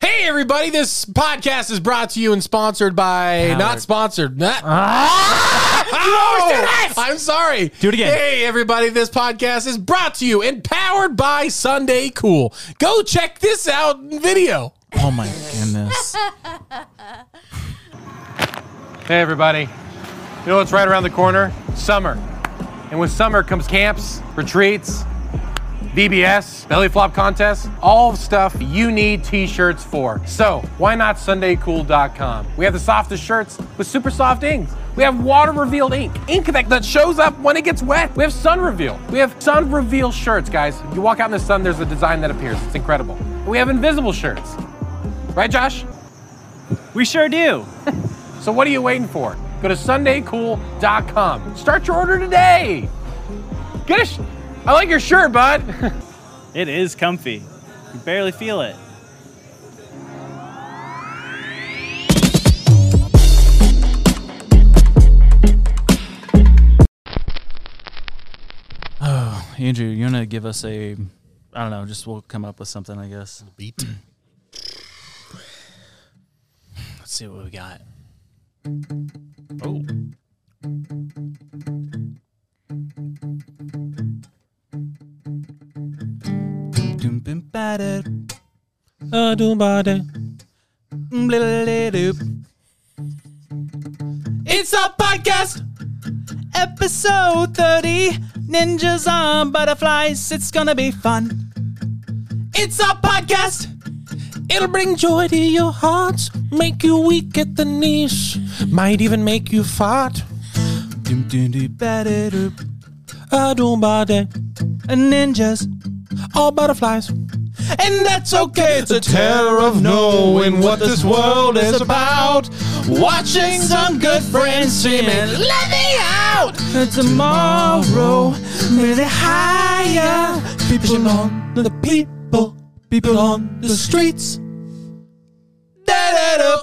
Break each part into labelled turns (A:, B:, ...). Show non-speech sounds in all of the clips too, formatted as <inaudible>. A: Hey, everybody, this podcast is brought to you and sponsored by, not sponsored. <laughs> Not,
B: Ah!
A: Oh, I'm sorry.
B: Do it again.
A: Hey, everybody, this podcast is brought to you and powered by Sunday Cool. Go check this out in video.
B: Oh my goodness.
A: Hey, everybody. You know what's right around the corner? Summer. And with summer comes camps, retreats, VBS, belly flop contests, all stuff you need t shirts for. So, why not SundayCool.com? We have the softest shirts with super soft inks. We have water revealed ink, ink that, that shows up when it gets wet. We have sun reveal. We have sun reveal shirts, guys. You walk out in the sun, there's a design that appears. It's incredible. And we have invisible shirts. Right, Josh?
B: We sure do.
A: So what are you waiting for? Go to sundaycool.com. Start your order today. Get a sh- I like your shirt, bud.
B: It is comfy. You barely feel it. Oh, Andrew, you want to give us a. I don't know, just we'll come up with something, I guess.
C: beat.
B: Let's see what we got.
C: Oh,
B: It's a podcast episode 30 Ninjas on Butterflies. It's gonna be fun.
A: It's a podcast. It'll bring joy to your heart, make you weak at the knees, might even make you fart. I don't bother.
B: Ninjas.
A: All butterflies.
B: And that's okay. It's a
C: terror of knowing what this world is about.
A: Watching
B: some good friends screaming,
A: let me out!
B: tomorrow. Really higher.
A: People on the people, people on the streets. Da-da-da.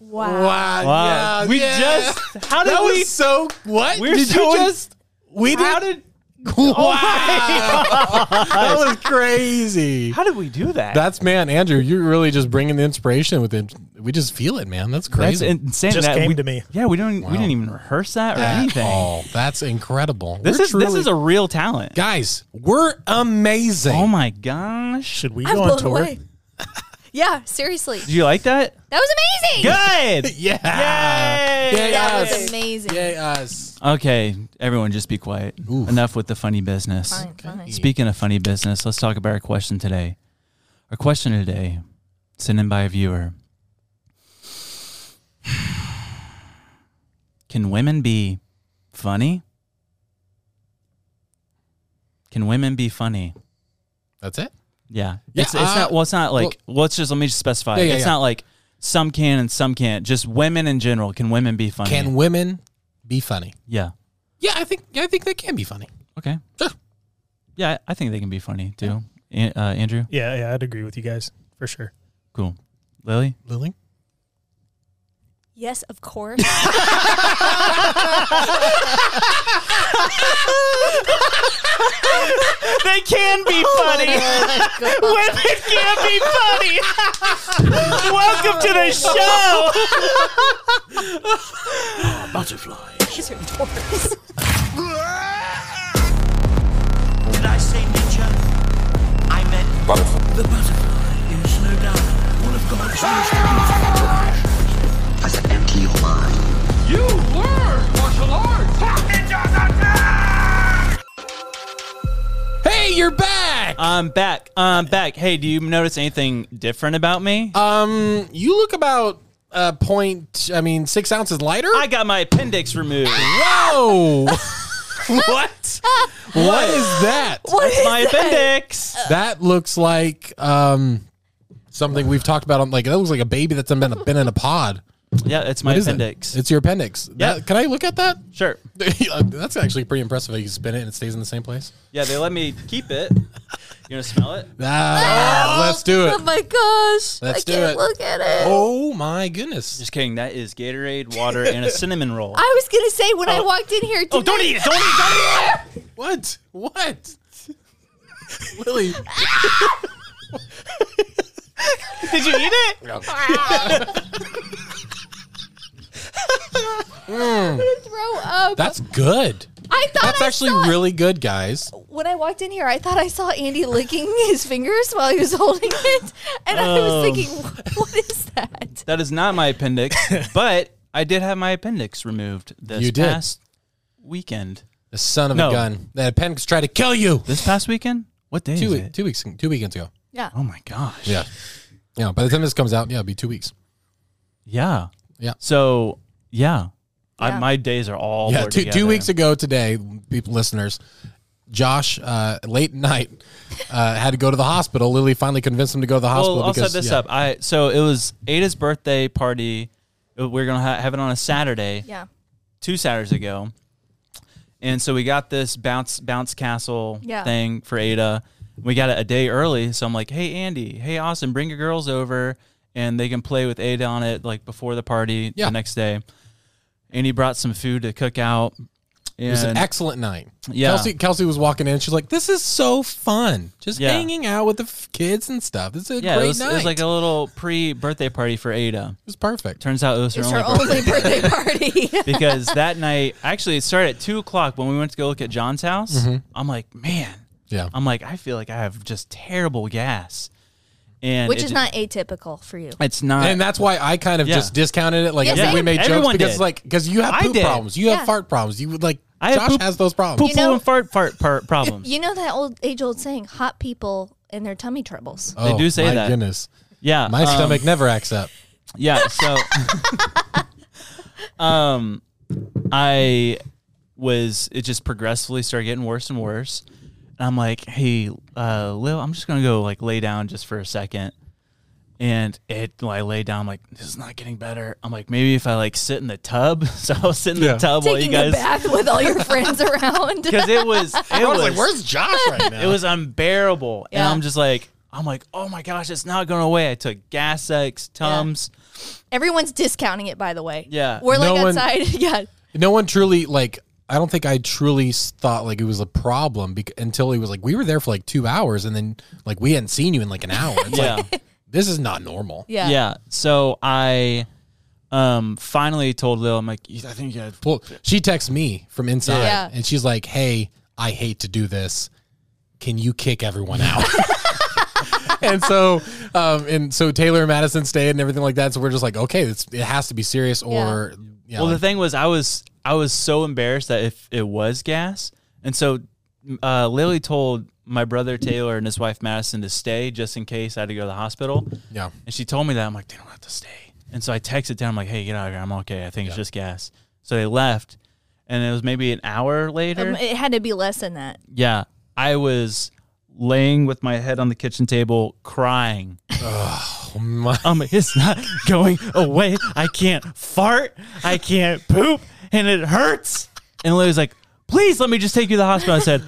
D: Wow.
A: Wow. yeah,
B: we
A: yeah.
B: just. How
A: <laughs>
B: did
A: That
B: we?
A: was so. What?
B: We're
A: did
B: so Oh
A: you
B: in-
A: just. We did.
B: how did?
A: <laughs> wow. that was crazy.
B: How did we do that?
A: That's, man, Andrew, you're really just bringing the inspiration with it. We just feel it, man. That's
B: That's
A: crazy.
B: insane.
C: Just
B: that
C: came
B: we,
C: to me.
B: Yeah, we don't. We didn't even rehearse that or anything.
A: Oh, that's incredible.
B: This
A: We're
B: is this
A: truly-
B: is a real talent.
A: Guys, we're amazing.
B: Oh my gosh!
C: should we
D: I'm
C: go on
D: blown
C: tour?
D: away. <laughs> yeah, seriously.
B: Did you like that?
D: That was amazing.
A: <laughs>
B: Good.
A: Yeah.
B: Yay!
A: Yay,
D: That
A: us.
D: was amazing.
A: Yay, us.
B: Okay, everyone, just be quiet. Enough with the funny business.
D: Fine, fine.
B: Speaking of funny business, let's talk about our question today. Our question today, sent in by a viewer. Can women be funny? Can women be funny?
A: That's it.
B: Yeah.
A: Yeah,
B: it's, it's
A: uh,
B: not, well, it's not like, well, let's just, let me just specify.
A: Yeah, yeah,
B: it's
A: yeah.
B: not like some can and some can't. Just women in general. Can women be funny?
A: Can women be funny?
B: yeah.
A: Yeah, I think I think they can be funny.
B: Okay.
A: Sure.
B: Yeah, I I think they can be funny too. An- Uh, Andrew,
C: Yeah, yeah, I'd agree with you guys for sure.
B: cool. Lily,
A: Lily?
D: Yes, of course.
B: they can be funny. <laughs> Women can be funny. Welcome to the show.
D: These are dwarves.
E: Did I say ninja? I meant butterfly. The butterfly is no doubt one of God's most beautiful Has an empty your mind. You were martial arts.
A: Hey, you're back.
B: I'm back. I'm back. Hey, do you notice anything different about me?
A: Um, you look about uh point. I mean, six ounces lighter.
B: I got my appendix <laughs> removed.
A: <laughs> Whoa! what? What is that?
D: What is
B: my
D: that?
B: appendix.
A: That looks like um something we've talked about. On like that looks like a baby that's been been in a pod.
B: Yeah, it's my
A: What is it?
B: appendix.
A: It's your appendix.
B: Yeah.
A: That- can I look at that? <laughs>
B: sure.
A: that's actually pretty impressive. How you spin it and it stays in the same place.
B: Yeah, they let me keep it. You gonna smell it?
A: Ah, <laughs> let's do
D: Oh
A: it.
D: my gosh.
A: Let's
D: I
A: do
D: can't
A: it.
D: look at it.
A: Oh my goodness!
B: Just kidding. That is Gatorade, water, <laughs> and a cinnamon roll.
D: I was gonna say when I walked in here.
B: oh, don't eat it! Don't eat it! Don't eat it!
A: What? <laughs> What? Lily,
B: Did you eat it?
D: Throw up.
A: That's good.
B: Oh,
D: I thought
A: That's
D: I
A: actually
D: saw,
A: really good, guys.
D: When I walked in here, I thought I saw Andy licking <laughs> his fingers while he was holding it, and I was thinking, "What- what is that?
B: That is not my
A: <laughs>
B: appendix, but I did have my appendix removed this
A: You did.
B: past weekend.
A: The son of
B: No.
A: a gun. That appendix tried to kill you.
B: This past weekend? What day
A: Two,
B: is
A: we-
B: it?
A: two weeks, two weekends ago.
D: Yeah.
B: Oh my gosh.
A: Yeah. Yeah. By the time this comes out, yeah, it'll be two weeks.
B: Yeah.
A: Yeah.
B: So, yeah.
D: Yeah.
B: I, my days are all
A: yeah.
B: blurred
A: Two,
B: together.
A: two weeks ago today, people, listeners, Josh, uh, late night, uh, had to go to the hospital. Lily finally convinced him to go to the hospital.
B: Well, I'll
A: because,
B: set this
A: yeah.
B: up. I so it was Ada's birthday party. We are gonna ha- have it on a Saturday,
D: Yeah.
B: two Saturdays ago, and so we got this bounce bounce castle
D: Yeah.
B: thing for Ada. We got it a day early, so I'm like, "Hey Andy, hey Austin, bring your girls over, and they can play with Ada on it like before the party
A: Yeah.
B: the next day." And he brought some food to cook out. And
A: It was an excellent night.
B: Yeah.
A: Kelsey, Kelsey was walking in. She's like, "This is so fun, just
B: Yeah.
A: hanging out with the f- kids and stuff. This is a
B: yeah,
A: great
B: it was,
A: night.
B: it was like a little pre-birthday party for Ada.
A: It was perfect.
B: Turns out it was her
D: It's
B: only
D: her only birthday party.
B: <laughs>
D: <laughs>
B: because that night actually it started at two o'clock when we went to go look at John's house.
A: Mm-hmm.
B: I'm like, man,
A: Yeah,
B: I'm like, I feel like I have just terrible gas, and
D: Which
B: it
D: is
B: ju-
D: not atypical for you.
B: It's not.
A: and that's why I kind of
B: Yeah.
A: just discounted it. Like
D: Yeah,
A: I think we
D: same.
A: made jokes
B: Everyone
A: because
B: did.
A: like because you have
B: I
A: poop
B: did.
A: problems, you
D: Yeah.
A: have fart problems, you would like
B: I have
A: Josh
B: poop-
A: has those problems.
B: poop
D: You know-
B: and fart fart
D: <laughs>
B: fart problems.
D: You know that old age old saying, hot people and their tummy troubles.
A: Oh,
B: do say
A: my
B: that.
A: Goodness,
B: yeah,
A: my
B: um,
A: stomach never acts up.
B: Yeah,
D: <laughs>
B: so, um, I was it just progressively started getting worse and worse. And I'm like, hey, uh, Lil, I'm just gonna go like lay down just for a second. And it, I lay down, I'm like, this is not getting better. I'm like, maybe if I like sit in the tub. <laughs> So I was sitting in
A: Yeah.
B: the tub while you
D: Taking a
B: <laughs> guys,
D: bath with all your
B: <laughs>
D: friends around.
B: because it
D: <laughs>
B: was, it
A: I was,
B: was,
A: like, "Where's Josh <laughs> right now?"
B: it was unbearable. And
D: Yeah.
B: I'm just like, I'm like, oh my gosh, it's not going away. I took gas X, Tums.
D: Everyone's discounting it, by the way.
B: Yeah.
D: We're like
A: No one-
D: outside. <laughs> yeah.
A: no one truly like. I don't think I truly s- thought like it was a problem bec- until he was like, "We were there for like two hours, and then like we hadn't seen you in like an hour." It's
B: Yeah.
A: like this is not normal.
D: Yeah.
B: Yeah. So I um finally told Lil, I'm like, I think you gotta
A: Well, she texts me from inside
D: Yeah.
A: and she's like, Hey, I hate to do this. Can you kick everyone
D: <laughs>
A: out? and so, um, and so Taylor and Madison stayed and everything like that. So we're just like, okay, it's, it has to be serious or, yeah.
B: Well, the
A: like-
B: thing was, I was I was so embarrassed that if it was gas, and so uh, Lily told my brother Taylor and his wife Madison to stay just in case I had to go to the hospital.
A: yeah. <laughs>
B: And she told me that I'm like, they don't have to stay. And so I texted down, I'm like, hey, get out of here. I'm okay. I think it's just gas. So they left, and it was maybe an hour later.
D: Um, it had to be less than that.
B: yeah, I was laying with my head on the kitchen table, crying.
A: Oh, my-
B: I'm like, it's not <laughs> going away. I can't fart. I can't poop, and it hurts. And Lily's like, please let me just take you to the hospital. I said,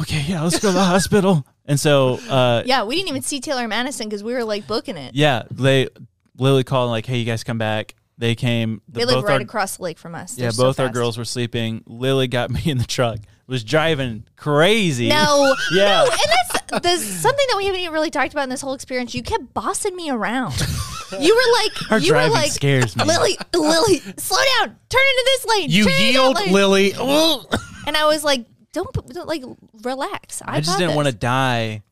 B: okay, yeah, let's go to the hospital. And so, uh,
D: Yeah. We didn't even see Taylor and Madison because we were like booking it.
B: yeah, they Lily called like, hey, you guys come back. They came.
D: They live right
B: our,
D: across the lake from us.
B: Yeah,
D: They're so
B: both our
D: fast.
B: girls were sleeping. Lily got <laughs> me in the truck. Was driving crazy.
D: <laughs> No.
B: <laughs> Yeah.
D: No, and that's <laughs> the, something that we haven't even really talked about in this whole experience. You kept bossing me around.
B: <laughs>
D: You were like,
B: Her
D: you were
B: driving
D: like,
B: scares me.
D: Lily, Lily, slow down. Turn into this lane.
A: you
D: turn into that
A: yield,
D: lane."
A: Lily. Oh.
D: And I was like, don't, put- don't, like relax. I,
B: I just
D: got
B: didn't
D: this.
B: want to die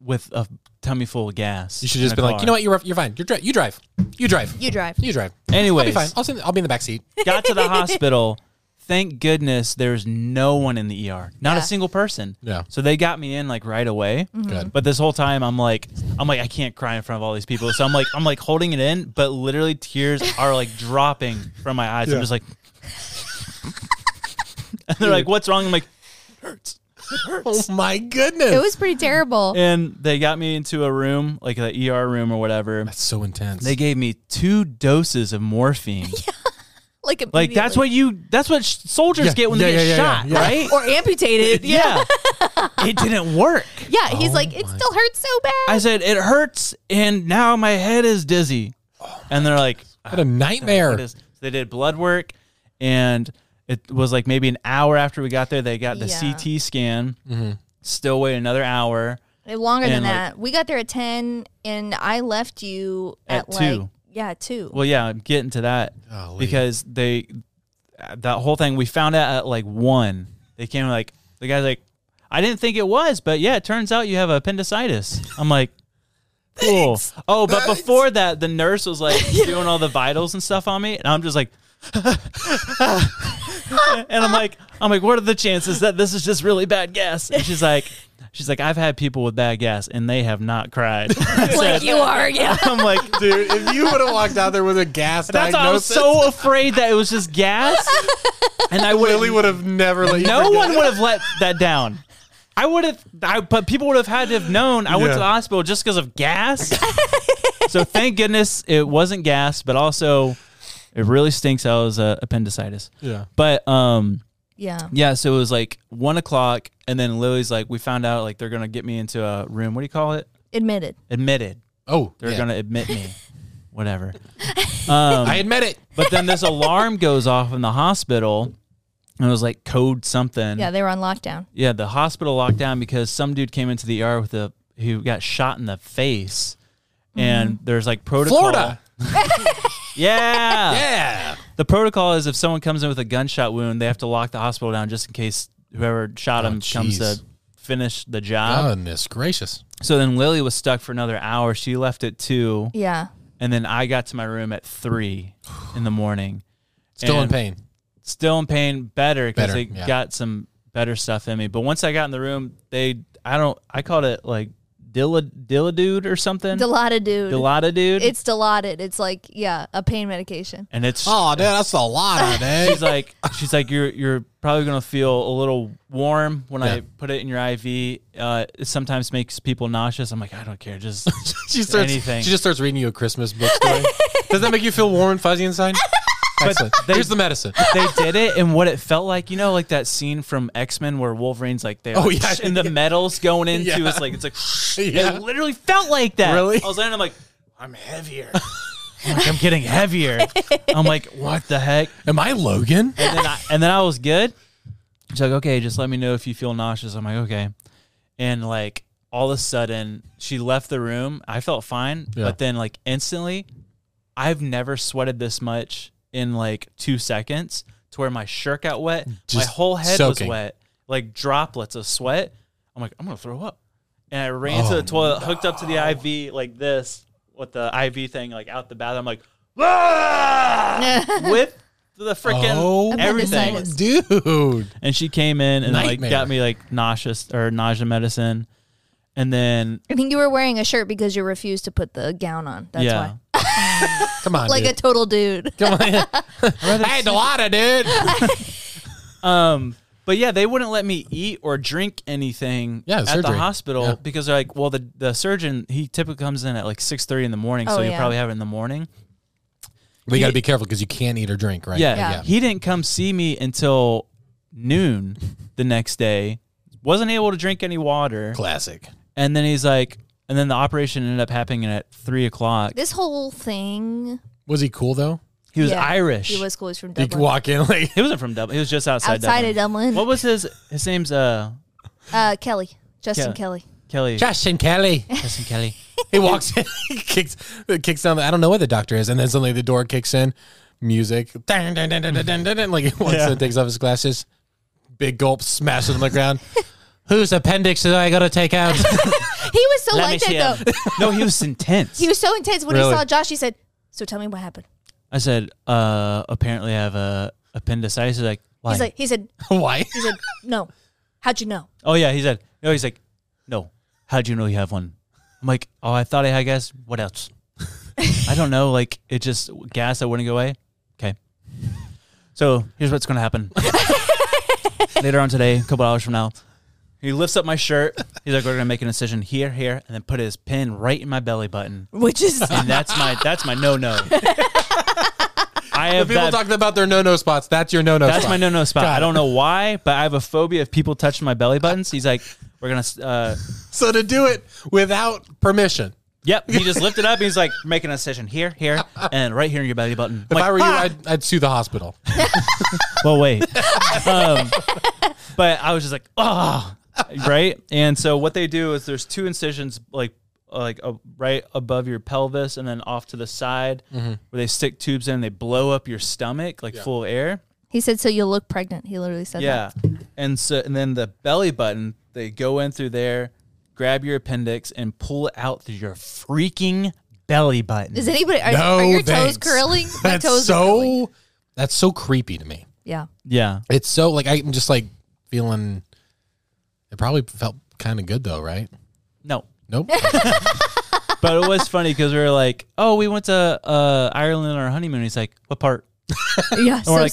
B: with a tummy full of gas.
A: You should just be like, you know what? You're, you're fine. You're dri- you drive. You drive.
D: You drive.
A: You drive. I'll be
B: Anyways,
A: fine. I'll, sit, I'll be in the back
D: <laughs>
A: seat.
B: <laughs> got to the hospital. Thank goodness there's no one in the ER. Not
D: Yeah. Mm-hmm.
B: a single person.
A: Yeah.
B: So they got me in like right away.
A: Good.
B: But this whole time I'm like I'm like I can't cry in front of all these people. So I'm like I'm like holding it in, but literally tears are like dropping from my eyes. I'm just like <laughs> And they're like, "What's wrong?" I'm like
A: Oh my goodness.
D: It was pretty
B: <laughs>
D: terrible.
B: and they got me into a room, like the ER room or whatever.
A: That's so intense.
B: They gave me two doses of morphine.
D: Like,
B: Like that's what you that's what sh- soldiers
A: Yeah,
B: get when they
A: yeah,
B: get
A: yeah, yeah,
B: shot,
A: yeah, yeah.
B: right?
D: or
B: <laughs>
D: amputated. Yeah.
B: Yeah. it didn't work.
D: Yeah. He's like, it still hurts so bad.
B: Oh I said, it hurts, and now my head is dizzy. and they're like,
A: what a nightmare.
B: "What is-" So they did blood work, and it was like maybe an hour after we got there, they got the
D: Yeah.
B: CT scan. Still wait another hour.
D: Longer than
B: And, like-
D: that. we got there at 10 and I left you at,
B: At
D: like,
B: 2.
D: yeah, 2.
B: Well, yeah, I'm getting to that
A: Golly.
B: because they that whole thing we found out at like one. They came like the guy's like, I didn't think it was, but yeah, it turns out you have appendicitis. I'm like, cool. Oh, but before that, the nurse was like doing all the vitals and stuff on me, and I'm just like. <laughs> and I'm like, I'm like, what are the chances that this is just really bad gas? And she's like, she's like, I've had people with bad gas and they have not cried. <laughs> I
D: <laughs> like
B: said-
D: you
B: <laughs>
D: are, yeah.
B: I'm like,
A: Dude, if you would have walked out there with a gas
B: that's why I was
A: diagnosis,
B: so afraid that it was just gas, and I would
A: Lily would have never let you.
B: no
A: forget.
B: one would have let that down. I would have, I, but people would have had to have known I went
A: Yeah.
B: to the hospital just because of gas.
A: <laughs>
B: so thank goodness it wasn't gas, but also it really stinks. I was uh, appendicitis.
A: Yeah.
B: But um,
D: Yeah.
B: yeah, so it was like one o'clock, and then Lily's like, we found out like they're gonna get me into a room. What do you call it?
D: Admitted.
B: Mm-hmm. Admitted.
A: Oh,
B: They're
A: yeah.
B: gonna admit me.
A: <laughs>
B: Whatever. Um,
A: I admit it.
B: But then this alarm goes off in the hospital, and it was like code something.
D: Yeah, they were on lockdown.
B: Yeah, the hospital locked down because some dude came into the ER with a who got shot in the face, and there's like protocol.
A: Florida.
B: Yeah.
A: Yeah.
B: The protocol is if someone comes in with a gunshot wound, they have to lock the hospital down just in case whoever shot him comes
A: Oh, jeez.
B: to finish the job.
A: Goodness gracious.
B: So then Lily was stuck for another hour. She left at two,
D: Yeah.
B: and then I got to my room at three in the morning.
A: Still in
B: And-
A: pain.
B: still in pain better because
A: Better,
B: they
A: yeah.
B: got some better stuff in me. But once I got in the room, they I don't I called it like Dilla Dilla dude or something.
D: Dilaudid dude.
B: Dilata dude.
D: It's Dilaudid. It's like, yeah, a pain medication. <laughs>
B: and it's
A: Oh, dude, that's a lot of
B: she's <laughs>
A: days.
B: like she's like you're you're probably gonna feel a little warm when
A: Yeah.
B: I put it in your IV. Uh, it sometimes makes people nauseous. I'm like I don't care. Just
A: she starts.
B: anything.
A: She just starts reading you a Christmas book
B: <laughs>
A: story. Does that make you feel warm and fuzzy inside? Excellent.
B: they-
A: Here's the
B: <laughs>
A: medicine.
B: they did it and what it felt like you know like that scene from x-men where wolverine's like they
A: Oh,
B: oh
A: yeah.
B: yeah and the metals going
A: <laughs>
B: into
A: Yeah.
B: it's like it's <laughs> like
A: Yeah.
B: it literally felt like that
A: Really?
B: i was laying i'm like i'm heavier I'm, like, <laughs> I'm getting heavier i'm like what the heck
A: Am I <laughs> Logan?
B: and then i, and then I was good she's like okay just let me know if you feel nauseous i'm like okay and like all of a sudden she left the room i felt fine
A: Yeah.
B: but then like instantly i've never sweated this much in like two seconds to where my shirt got wet my
A: Just
B: whole head
A: soaking.
B: was wet like droplets of sweat i'm like i'm gonna throw up and i ran to
A: Oh,
B: the toilet hooked up to the iv like this with the iv thing like out the bathroom i'm like with the freaking
A: Oh.
B: everything
D: Appendicitis.
A: Dude.
B: and she came in and
A: Nightmare.
B: like got me like nauseous or nausea medicine, and then
D: I think you were wearing a shirt because you refused to put the gown on. That's
B: yeah,
A: Come on,
D: why. Like a
A: dude.
D: total dude.
A: hey, Delata, dude.
B: um, but yeah, they wouldn't let me eat or drink anything
A: Yeah,
B: at
A: surgery.
B: the hospital
A: Yeah.
B: because they're like, well, the the surgeon he typically comes in at like six thirty in the morning,
D: Oh,
B: so you
D: yeah.
B: probably have it in the morning.
A: We got to be careful because you can't eat or drink, right?
B: Yeah.
D: Yeah.
B: he didn't come see me until noon the next day. Wasn't able to drink any water,
A: Classic.
B: and then he's like, and then the operation ended up happening at three o'clock.
D: This whole thing.
A: Was he cool though?
B: He was
D: yeah,
B: Irish.
D: He was cool. He's from
A: Did
D: Dublin.
A: he walk in like
B: He wasn't from Dublin. He was just outside,
D: Outside
B: Dublin.
D: of Dublin.
B: What was his his name's uh
D: Uh, Kelly. Justin
B: Yeah.
D: Kelly.
B: Kelly.
A: Justin Kelly?
B: Justin Kelly.
A: <laughs> He walks in, kicks, kicks down. The, I don't know where the doctor is, and then suddenly the door kicks in. Music, dun, dun, dun, dun, dun, dun, dun, dun, like he walks in, takes off his glasses, big gulp, smashes on the
B: <laughs>
A: ground. Whose appendix do I gotta take out?
D: He was so like that though.
B: no, he was intense.
D: He was so intense when
A: Really?
D: he saw Josh. He said, "So tell me what happened."
B: I said, uh, apparently I have a appendicitis. He's like, why?
D: He's like, he said,
B: <laughs>
A: Why?
D: he said, "No, how'd you know?" <laughs>
B: oh yeah. He said, no. He's like, no. How'd you know you have one? I'm like, oh, I thought I had gas. What else? I don't know. Like it just gas that wouldn't go away. Okay. So here's what's gonna
D: <laughs>
B: happen. Later on today, a couple hours from now, he lifts up my shirt. He's like, "We're gonna make an incision here, here, and then put his pin right in my belly button."
D: Which is
B: and that's my that's my no no. I have
A: People
B: that,
A: talking about their no no spots. That's your no no.
B: that's my no no spot.
A: Got
B: I
A: it.
B: don't know why, but I have a phobia of people touching my belly buttons. He's like, we're gonna, uh,
A: So to do it without permission.
B: yep. He just lifted up. He's like, making a session here, here, and right here in your belly button.
A: If
B: I'm like,
A: I were you,
B: "Ah!"
A: I'd, I'd sue the
B: <laughs>
A: hospital.
B: well, wait. um, but I was just like, oh. right? And so what they do is there's two incisions like like uh, right above your pelvis and then off to the side
A: Mm-hmm.
B: where they stick tubes in and they blow up your stomach like full of air.
D: <laughs> He said, "So you'll look pregnant." He literally said that.
B: Yeah. And so and then the belly button, they go in through there, grab your appendix and pull it out through your freaking belly button.
D: Does anybody are,
A: No,
D: are your
A: thanks.
B: <laughs>
D: toes curling? My
A: That's
D: toes are curling.
A: so. That's so creepy to me.
D: <laughs> yeah.
B: yeah.
A: It's so like I'm just like feeling. It probably felt kind of good though, right?
B: No.
A: Nope.
B: But it was funny because we were like, "Oh, we went to uh, Ireland on our honeymoon." He's like, "What part?"
D: Yeah,
B: And
D: so
B: we're like,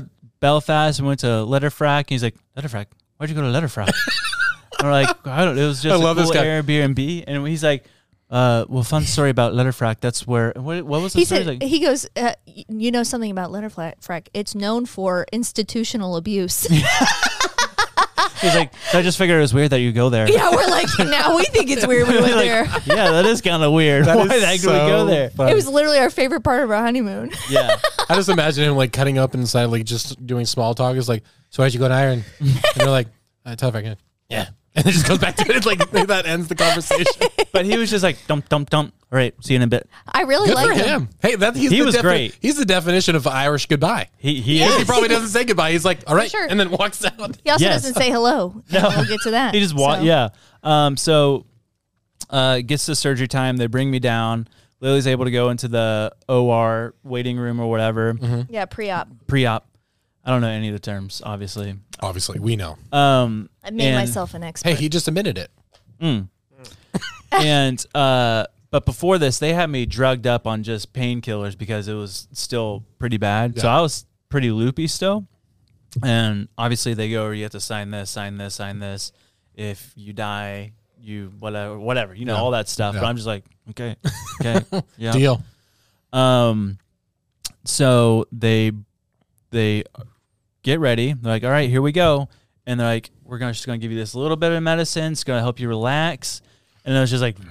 B: uh, Belfast, and went to Letterfrack. And he's like, Letterfrack? Why'd you go to
D: <laughs>
B: Letterfrack? and we're like, I don't, it was just
A: I
B: a
A: love this
B: cool
A: guy.
B: Airbnb. And he's like, uh, well, fun story about Letterfrack. That's where, what, what was the
D: he
B: story?
D: said,
B: Like,
D: he goes, uh, y- you know something about Leonard Fra- Frack. It's known for institutional abuse. <laughs>
B: he's like, so I just figured it was weird that you go
D: <laughs>
B: there.
D: yeah, we're like, now we think it's weird we
B: <laughs>
D: went
B: Like,
D: there.
B: yeah, <laughs> that is kind of weird. Why the heck do we go there?
D: It was literally our favorite part of our honeymoon.
B: Yeah.
A: I just imagine him like cutting up inside, like just doing small talk. It's like, so how'd you go to Iron? And they're like, I tell if I can. Yeah. And it just goes back to it. Like <laughs> that ends the
D: <laughs>
A: conversation.
B: But he was just like, dump, dump, dump. All right, see you in a bit.
D: I really
A: Good
D: like
A: for him. Hey, that he's
B: He
A: the
B: was great.
A: He's the definition of Irish goodbye.
B: He, he
A: He
B: is.
A: probably doesn't say goodbye. He's like, all right,
D: sure.
A: and then walks out.
D: He also
B: Yes.
D: doesn't
B: <laughs>
D: say hello. No. We'll get to that.
B: He just wa-
D: So-
B: yeah. Um, so uh, gets to surgery time. They bring me down. Lily's able to go into the OR waiting room or whatever
D: Yeah, pre-op.
B: pre-op. I don't know any of the terms, obviously.
A: Obviously, we know.
B: Um,
D: I made
B: and-
D: myself an expert.
A: Hey, he just admitted it.
B: and uh, but before this, they had me drugged up on just painkillers because it was still pretty bad. So I was pretty loopy still. And obviously, they go, "You have to sign this, sign this, sign this. If you die, you whatever, whatever, you know, all that stuff." But
A: Yeah.
B: I'm just like, okay,
A: <laughs>
B: okay, yeah.
A: Deal.
B: Um, so they they get ready. They're like, "All right, here we go." And they're like, "We're gonna just gonna give you this little bit of medicine. It's gonna help you relax." And I was just like, <laughs>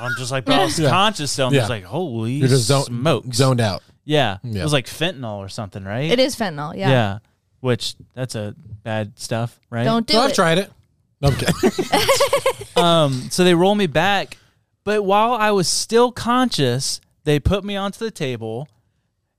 B: I'm just like, but I was
A: Yeah.
B: conscious, so I'm
A: Yeah.
B: just like, holy
A: You're just zoned,
B: smokes.
A: zoned out.
B: Yeah.
A: Yeah.
B: it was like fentanyl or something, right?
D: It is fentanyl. Yeah.
B: Yeah. which that's a bad stuff, right?
D: Don't do
A: No, I've
D: it.
A: tried it. No, I'm
B: <laughs>
A: kidding.
B: Um, so they roll me back, but while I was still conscious, they put me onto the table,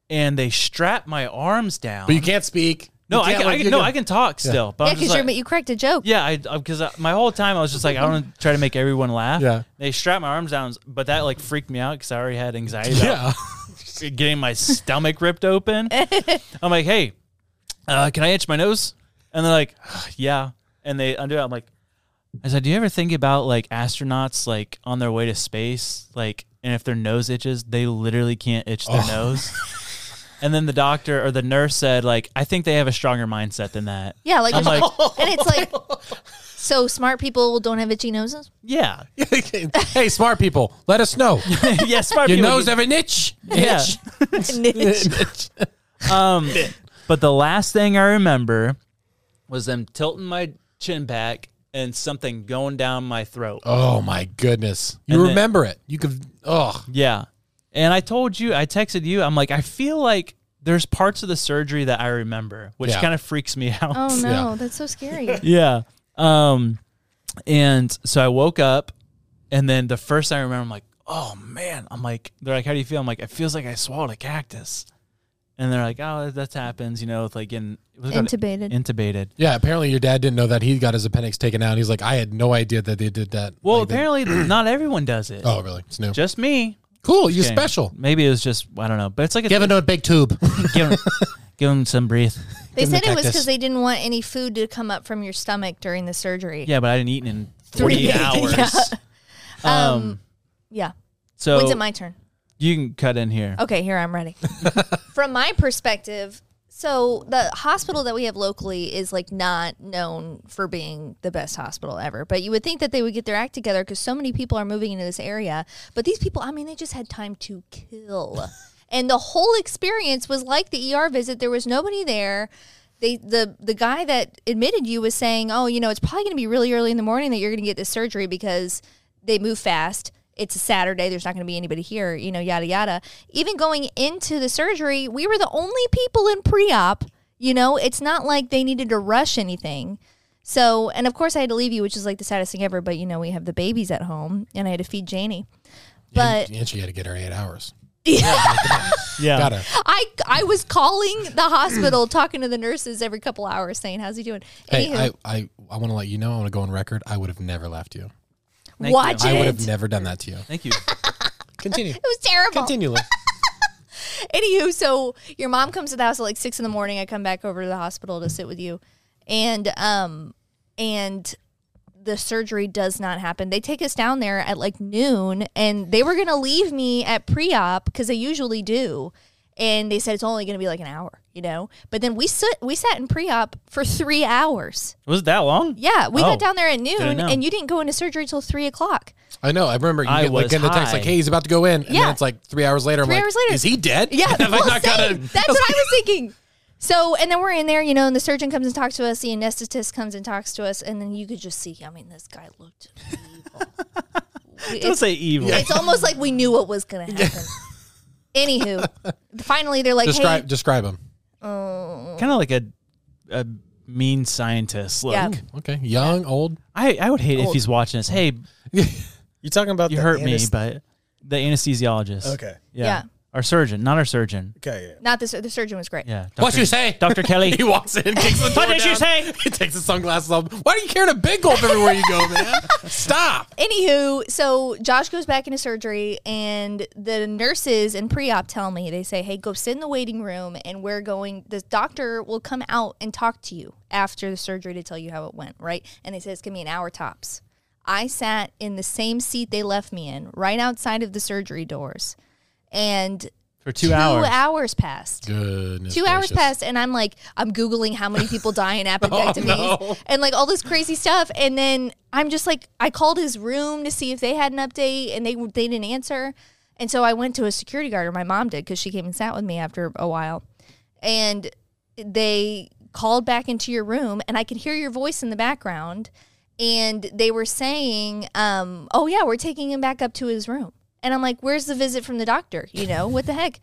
B: and they strapped my arms down.
A: but you can't speak.
B: no,
A: You
B: I
A: can't,
B: can,
A: like,
B: I
A: you
B: can, no, I can talk still. But
D: Yeah,
B: I'm just
D: because
B: like-
D: you're you cracked a joke.
B: Yeah, I because my whole time I was just like I want to try to make everyone laugh.
A: Yeah.
B: they strapped my arms down, but that like freaked me out because I already had anxiety about
A: Yeah.
B: <laughs> getting my stomach ripped open. I'm like, hey, uh, can I itch my nose? And they're like, "Ah, yeah. And they undo it. I'm like, I said, do you ever think about like astronauts like on their way to space, like, and if their nose itches, they literally can't itch
A: Oh.
B: their nose. <laughs> And then the doctor or the nurse said, like, I think they have a stronger mindset than that.
D: Yeah, like,
B: I'm
D: there's-
B: like-
D: <laughs> and it's like,
B: <laughs>
D: so smart people don't have itchy noses.
B: Yeah.
A: <laughs> hey, smart people, let us know.
B: <laughs> yeah, smart
A: Your
B: people.
A: nose have a niche. <laughs>
B: Yeah. <laughs> Um, but the last thing I remember was them tilting my chin back and something going down my throat.
A: Oh my goodness. You
B: And then-
A: remember it. You could oh
B: Yeah. And I told you, I texted you, I'm like, I feel like there's parts of the surgery that I remember, which
A: Yeah.
B: kind of freaks me <laughs> out.
D: Oh no,
A: Yeah.
D: that's
A: <laughs>
B: <laughs>
D: so scary.
B: Yeah. Um, and so I woke up, and then the first thing I remember, I'm like, oh man, I'm like, they're like, how do you feel? I'm like, it feels like I swallowed a cactus. And they're like, oh, that happens, you know, with like getting it was called
D: Intubated.
B: Intubated.
A: Yeah, apparently your dad didn't know that he got his appendix taken out. He's like, I had no idea that they did that.
B: Well,
A: Like, they- <clears throat>
B: apparently not everyone does it.
A: Oh really? It's new.
B: Just me.
A: cool, you're
B: Okay.
A: special.
B: Maybe it was just I don't know, but it's like a
A: Give it a big
B: <laughs>
A: tube. <laughs>
B: give him, give him some breathe.
D: They
A: Give 'em
D: said
A: the
D: it was
A: cactus.
D: because they didn't want any food to come up from your stomach during the surgery.
B: Yeah, but I didn't eat in
D: Three
B: three
D: days.
B: hours.
D: <laughs> Um,
B: Um,
D: yeah.
B: so
D: When's it my turn?
B: you can cut in here.
D: Okay, here I'm ready. <laughs> From my perspective, so the hospital that we have locally is like not known for being the best hospital ever, but you would think that they would get their act together because so many people are moving into this area. But these people, I mean, they just had time to kill, and the whole experience was like the ER visit. There was nobody there. They the the guy that admitted you was saying, "Oh, you know, it's probably going to be really early in the morning that you're going to get this surgery because they move fast. It's a Saturday. There's not going to be anybody here, you know, yada, yada. Even going into the surgery, we were the only people in pre op. You know, it's not like they needed to rush anything. So, and of course, I had to leave you, which is like the saddest thing ever. But you know, we have the babies at home, and I had to feed Janie. But
A: and she had to get her eight
B: <laughs>
A: hours.
B: Yeah.
A: Gotta.
D: I I was calling the hospital, talking to the nurses every couple hours, saying, "How's he doing?"
A: Hey,
D: Anywho,
A: I, I, I want to let you know. I want to go on record. I would have never left you.
B: Thank
D: watch
B: you.
A: I would
D: it.
A: have never done that to you.
B: Thank you. <laughs>
A: Continue.
D: it was terrible.
A: Continue. Lou.
D: Anywho, so your mom comes to the house at like six in the morning. I come back over to the hospital to sit with you, and um, and the surgery does not happen. They take us down there at like noon, and they were gonna leave me at pre-op because they usually do, and they said it's only gonna be like an hour, you know. But then we sit, we sat in pre-op for three hours.
B: Was it that long?
D: Yeah, we
B: Oh,
D: got down there at noon,
B: know.
D: and you didn't go into surgery till three o'clock.
A: I know. I remember you
B: I
A: get, like
B: was
A: getting the text
B: high.
A: like, "Hey, he's about to go in," and then
D: Yeah.
A: it's like three hours later. I'm
D: Three
A: like,
D: hours later.
A: "Is he dead?"
D: Yeah,
A: <laughs> Have I
D: well,
A: not got
D: same.
A: a-
D: That's what I
A: <laughs>
D: was thinking. So, and then we're in there, you know, and the surgeon comes and talks to us, the anesthetist comes and talks to us, and then you could just see. I mean, this guy
A: <laughs>
D: looked evil.
B: Don't
D: it's,
B: say evil.
D: it's almost like we knew what was going to happen.
A: <laughs>
D: Anywho, finally they're like,
A: Describe
D: "Hey,
A: describe him.
B: kind of like a a mean scientist look.
D: yeah,
A: Okay, young, old.
B: I, I would hate if he's watching this. Hey,
F: You're talking about
B: you
F: the
B: hurt me,
F: anest-
B: but the anesthesiologist.
F: okay,
B: Yeah.
D: Yeah.
B: Our surgeon, not our surgeon.
F: okay. yeah.
D: not this." The surgeon was great.
B: Yeah.
A: What
B: Dr.
A: you say?
B: Dr. Kelly.
A: <laughs>
D: <laughs>
A: He walks in, kicks
B: <laughs>
A: the door
B: did
A: down.
B: you say?
A: He takes his sunglasses off. Why are you carrying a big gulp everywhere you go, man?
D: <laughs>
A: Stop.
D: Anywho, so Josh goes back into surgery, and the nurses and pre op tell me, they say, hey, go sit in the waiting room, and we're going, the doctor will come out and talk to you after the surgery to tell you how it went, right? And they say it's going to be an hour tops. I sat in the same seat they left me in, right outside of the surgery doors, and
B: For two, hours.
D: passed
A: Goodness.
D: two hours passed and i'm like i'm googling how many people die in appendectomies and like all this crazy stuff and then i'm just like i called his room to see if they had an update and they they didn't answer and so i went to a security guard or my mom did because she came and sat with me after a while and they called back into your room and i could hear your voice in the background and they were saying um, oh yeah we're taking him back up to his room and i'm like where's the visit from the doctor you know what the heck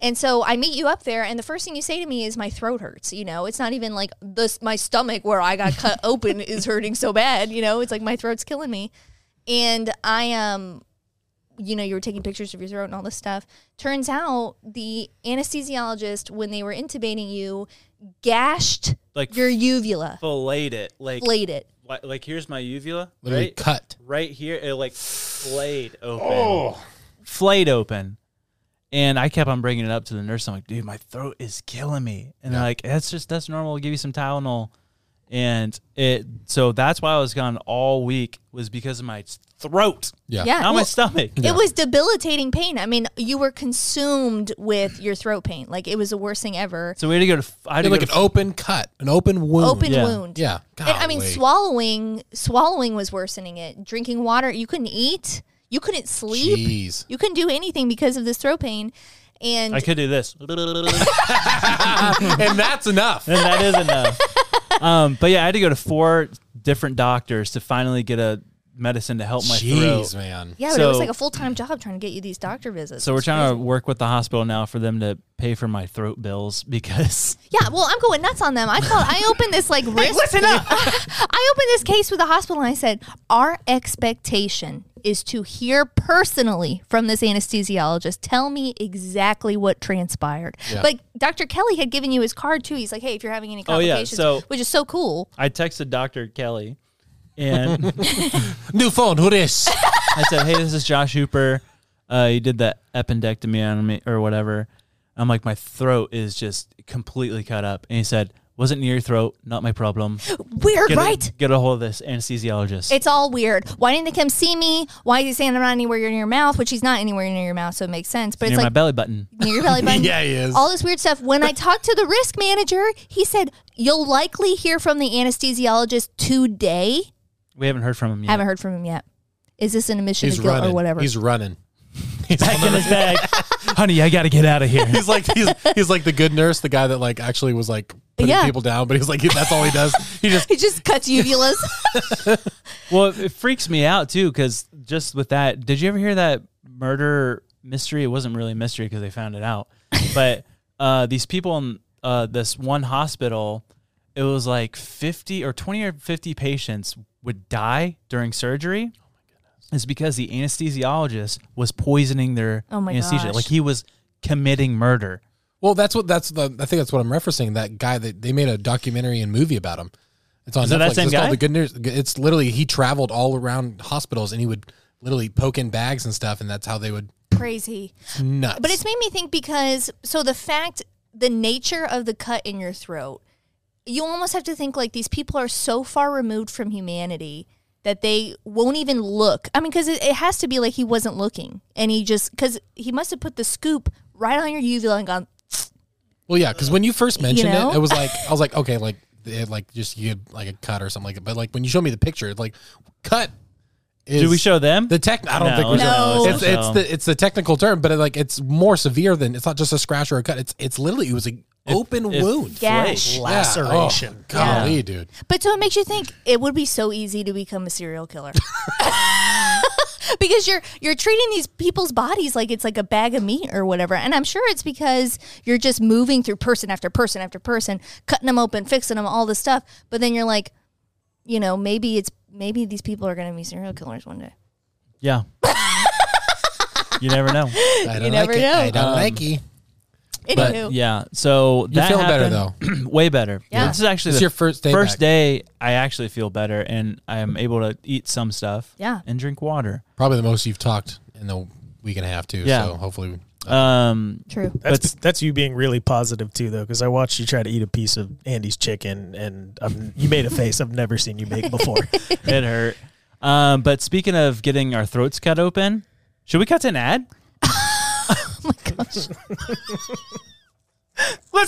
D: and so i meet you up there and the first thing you say to me is my throat hurts you know it's not even like this my stomach where i got cut open is hurting so bad you know it's like my throat's killing me and i um you know, you were taking pictures of your throat and all this stuff. Turns out the anesthesiologist, when they were intubating you, gashed
B: Like
D: your uvula,
B: Fillet it. Like,
D: flayed it.
B: like, like here's my uvula.
A: Literally
B: right?
A: cut.
B: right here, it like flayed open.
A: Oh.
B: Flayed open. And I kept on bringing it up to the nurse. I'm like, dude, my throat is killing me. And they're like, that's just, that's normal. We'll give you some Tylenol. And it, so that's why I was gone all week was because of my throat,
A: Yeah.
D: Yeah.
B: not my
A: <laughs>
D: well,
B: stomach.
D: It was debilitating pain. I mean, you were consumed with your throat pain. Like it was the worst thing ever.
B: So we had to go to, f- I had to
A: You're
B: go
A: like
B: to
A: an open cut, an open wound.
D: Open
B: Yeah.
D: wound.
A: Yeah.
D: And, I mean,
A: Golly.
D: swallowing, swallowing was worsening it. Drinking water, you couldn't eat, you couldn't sleep,
A: Jeez.
D: you couldn't do anything because of this throat pain. And
B: I could do this. <laughs>
A: and that's enough.
B: and that is enough. Um, but yeah, I had to go to four different doctors to finally get a medicine to help my
A: Jeez,
B: throat.
A: man.
D: yeah, but it was
B: so-
D: like a full time job trying to get you these doctor visits.
B: So we're
D: It's
B: trying to work with the hospital now for them to pay for my throat bills <laughs> because
D: Yeah, well, I'm going nuts on them. I called. I opened this
B: <laughs>
D: like wrist. listen up. <laughs> I opened this case with the hospital, and I said, "Our expectation is to hear personally from this anesthesiologist. Tell me exactly what transpired." But Dr. Kelly had given you his card too. He's like, "Hey, if you're having any
B: Oh, yeah,
D: complications,"
B: so-
D: which is so cool.
B: I texted Dr. Kelly
D: <laughs>
B: and
A: New phone. Who this?
B: I said, "Hey, this is Josh Hooper. Uh, he did that appendectomy on me or whatever." I'm like, "My throat is just completely cut up." And he said, "Wasn't near your throat. Not my
D: <gasps>
B: problem.
D: Weird,
B: Get a-
D: right?
B: get a hold of this anesthesiologist."
D: It's all weird. Why didn't they come see me? Why is he saying I'm not anywhere near your mouth? Which he's not anywhere near your mouth, so it makes sense. But
B: near
D: it's
B: my
D: like
B: belly button.
D: near your belly
A: <laughs>
D: button.
A: Yeah, he is.
D: All this weird stuff.
A: <laughs>
D: When I talked to the risk manager, he said, You'll likely hear from the anesthesiologist today.
B: We haven't heard from him yet.
D: I haven't heard from him yet. Is this an admission
A: He's
D: of guilt
A: running.
D: or whatever?
A: He's running.
B: Back in his bag. <laughs> Honey, I got to get out of here.
A: He's like he's he's like the good nurse, the guy that like actually was like putting
D: Yeah.
A: people down, but he's like that's all he does. He just
D: <laughs> he
A: <laughs>
D: just cuts uvulas.
B: Well, it- it freaks me out too because just with that, did you ever hear that murder mystery? It wasn't really a mystery because they found it out, but uh, these people in uh, this one hospital, it was like 50 or 20 or 50 patients would die during surgery
A: Oh
B: is because the anesthesiologist was poisoning their
D: Oh my
B: anesthesia.
D: gosh.
B: Like he was committing murder.
A: Well, that's what that's the. I think that's what I'm referencing. That guy that they made a documentary and movie about him. It's on
B: Is
A: Netflix.
B: it that same
A: it's called
B: guy?
A: The Good News. It's literally he traveled all around hospitals and he would literally poke in bags and stuff, and that's how they would
D: Crazy.
A: nuts.
D: But it's made me think because so the fact the nature of the cut in your throat, you almost have to think like these people are so far removed from humanity that they won't even look. I mean, because it, it has to be like he wasn't looking and he just because he must have put the scoop right on your uvula and gone.
A: well, yeah, because when you first mentioned
D: know?
A: it, it was
D: <laughs>
A: like I was like, okay, like it, like just you had like a cut or something like that. But like when you showed me the picture, it's like cut. Is
B: Did we show them?
A: the tech? I don't
B: No,
A: think we
D: no,
A: showed.
D: No.
A: It's, it's the it's the technical term, but it, like it's more severe than it's not just a scratch or a cut. It's it's literally it was an open
B: it-
A: wound.
D: Gash.
B: Flake.
F: Laceration.
A: Yeah. Oh, golly,
D: <laughs>
A: dude.
D: But so it makes you think it would be so easy to become a serial killer. <laughs> because you're you're treating these people's bodies like it's like a bag of meat or whatever. And I'm sure it's because you're just moving through person after person after person, cutting them open, fixing them, all this stuff. But then you're like, you know, maybe it's maybe these people are going to be serial killers one day.
B: yeah. you never know.
A: I don't
D: never
A: like it.
D: know.
A: I don't
B: Um,
A: like it.
B: But
D: Anywho,
B: yeah, so
A: You're
B: that
A: feeling better,
B: happened- <clears throat> way better.
D: Yeah.
B: this is actually
A: It's
B: the
A: your first day
B: First
A: back.
B: day, I actually feel better, and I am able to eat some stuff.
D: Yeah.
B: and drink water.
A: Probably the most you've talked in the week and a half too.
B: Yeah.
A: So hopefully,
B: Um,
D: true.
B: But-
F: That's that's you being really positive too, though, because I watched you try to eat a piece of Andy's chicken, and um, you made a face I've never seen you make before. <laughs>
B: it hurt. Um, but speaking of getting our throats cut open, should we cut to an ad?
F: Let's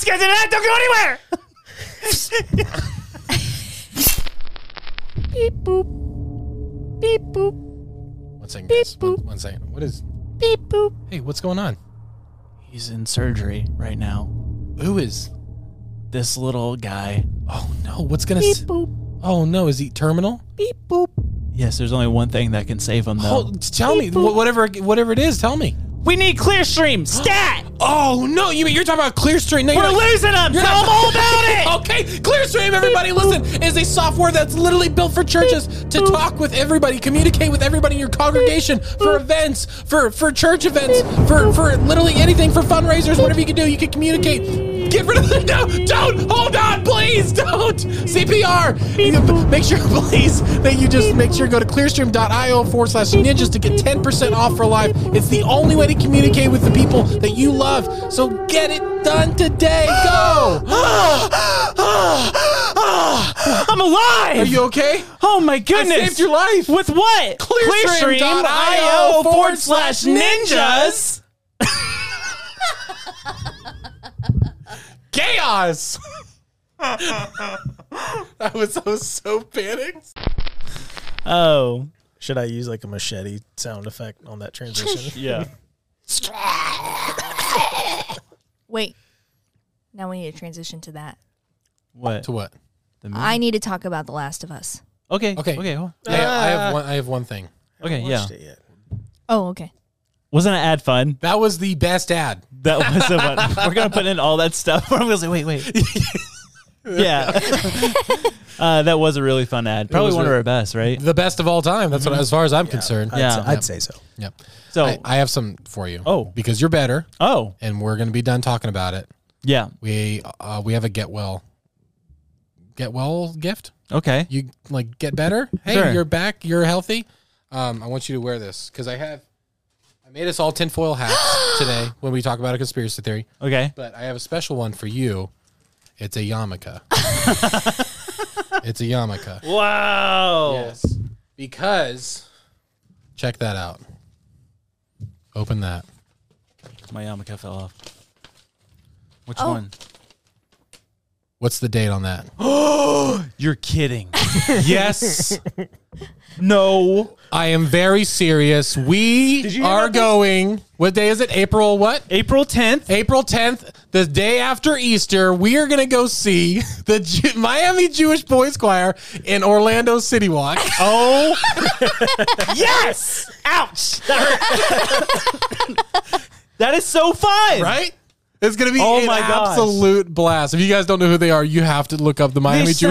F: get to that. Don't go anywhere.
D: Beep boop. Beep boop.
A: one second, guys. One, one second. What is?
D: Beep boop.
A: Hey, what's going on?
B: He's in surgery right now.
A: Who is?
B: This little guy.
A: Oh no! What's gonna? s- Oh no! Is he terminal?
B: Yes, there's only one thing that can save him though.
A: Oh, tell me wh- whatever whatever it is. Tell me.
B: We need Clearstream. Stat.
A: Oh no! You mean you're talking about Clearstream? No,
B: We're
A: you're not-
B: losing him.
A: You're
B: Tell
A: not-
B: him all about it.
A: <laughs> Okay, Clearstream, everybody, listen, is a software that's literally built for churches to talk with everybody, communicate with everybody in your congregation for events, for for church events, for for literally anything, for fundraisers, whatever you can do, you can communicate. Get rid of the no, don't hold on, please don't CPR. You- Make sure, <laughs> please, that you just make sure you go to clearstream.io forward slash ninjas to get 10% off for life. It's the only way to communicate with the people that you love. So get it done today. Go. <gasps>
B: Ah, I'm alive.
A: Are you okay?
B: Oh my goodness!
A: saved your life.
B: with what?
A: Clearstream.io
B: Clearstream.io
A: forward slash ninjas. Chaos. <laughs> I was so so panicked.
B: Oh
F: Should I use like a machete sound effect on
B: <laughs>
F: that transition?
B: yeah.
D: Wait. Now we need to transition to that.
B: What?
A: To what?
D: I need to talk about The Last of Us.
B: Okay.
A: Okay.
B: Okay. well,
A: Yeah, I
B: Ah.
A: have one. I have one thing.
B: Okay. Yeah.
F: Watched it yet.
D: Oh, okay.
B: Wasn't an ad fun?
A: That was the best ad.
B: <laughs> That was the one. <laughs> We're gonna put in all that <laughs> stuff. We're gonna say, wait, wait. <laughs> yeah. uh, that was a really fun ad. Probably
A: was
B: one of
A: really-
B: our best, right?
A: The best of all time. That's what, as far as I'm concerned.
B: Mm-hmm. Yeah.
F: I'd, say- I'd say so.
A: Yep.
B: So,
A: I, I have some for you.
B: Oh.
A: Because you're better,
B: oh
A: and we're gonna be done talking about it.
B: yeah.
A: We uh, we have a get well. Get well gift.
B: Okay.
A: you like get better. Hey,
B: Sure.
A: you're back. You're healthy. Um, I want you to wear this because I have. I made us all tinfoil
B: <gasps>
A: hats today when we talk about a conspiracy theory,
B: Okay.
A: but I have a special one for you. It's a
B: <laughs>
A: yarmulke. it's a yarmulke.
B: Wow.
A: Yes, because check that out. Open that.
B: My yarmulke fell off. Which
D: Oh.
B: one?
A: What's the date on
B: <gasps>
A: that?
B: You're kidding. <laughs> yes. <laughs> No.
A: I am very serious. We
B: you hear
A: are
B: about this?
A: going. What day is it? April what?
B: April 10th.
A: April 10th, the day after Easter, we are going to go see <laughs> the Ju- Miami Jewish Boys Choir in Orlando City
B: <laughs>
A: Walk.
B: Oh. <laughs> yes. Ouch. That hurt. <laughs> that is so fun.
A: right? It's gonna be
B: Oh
A: an
B: my gosh.
A: absolute blast. If you guys don't know who they are, you have to look up the Miami Jewish.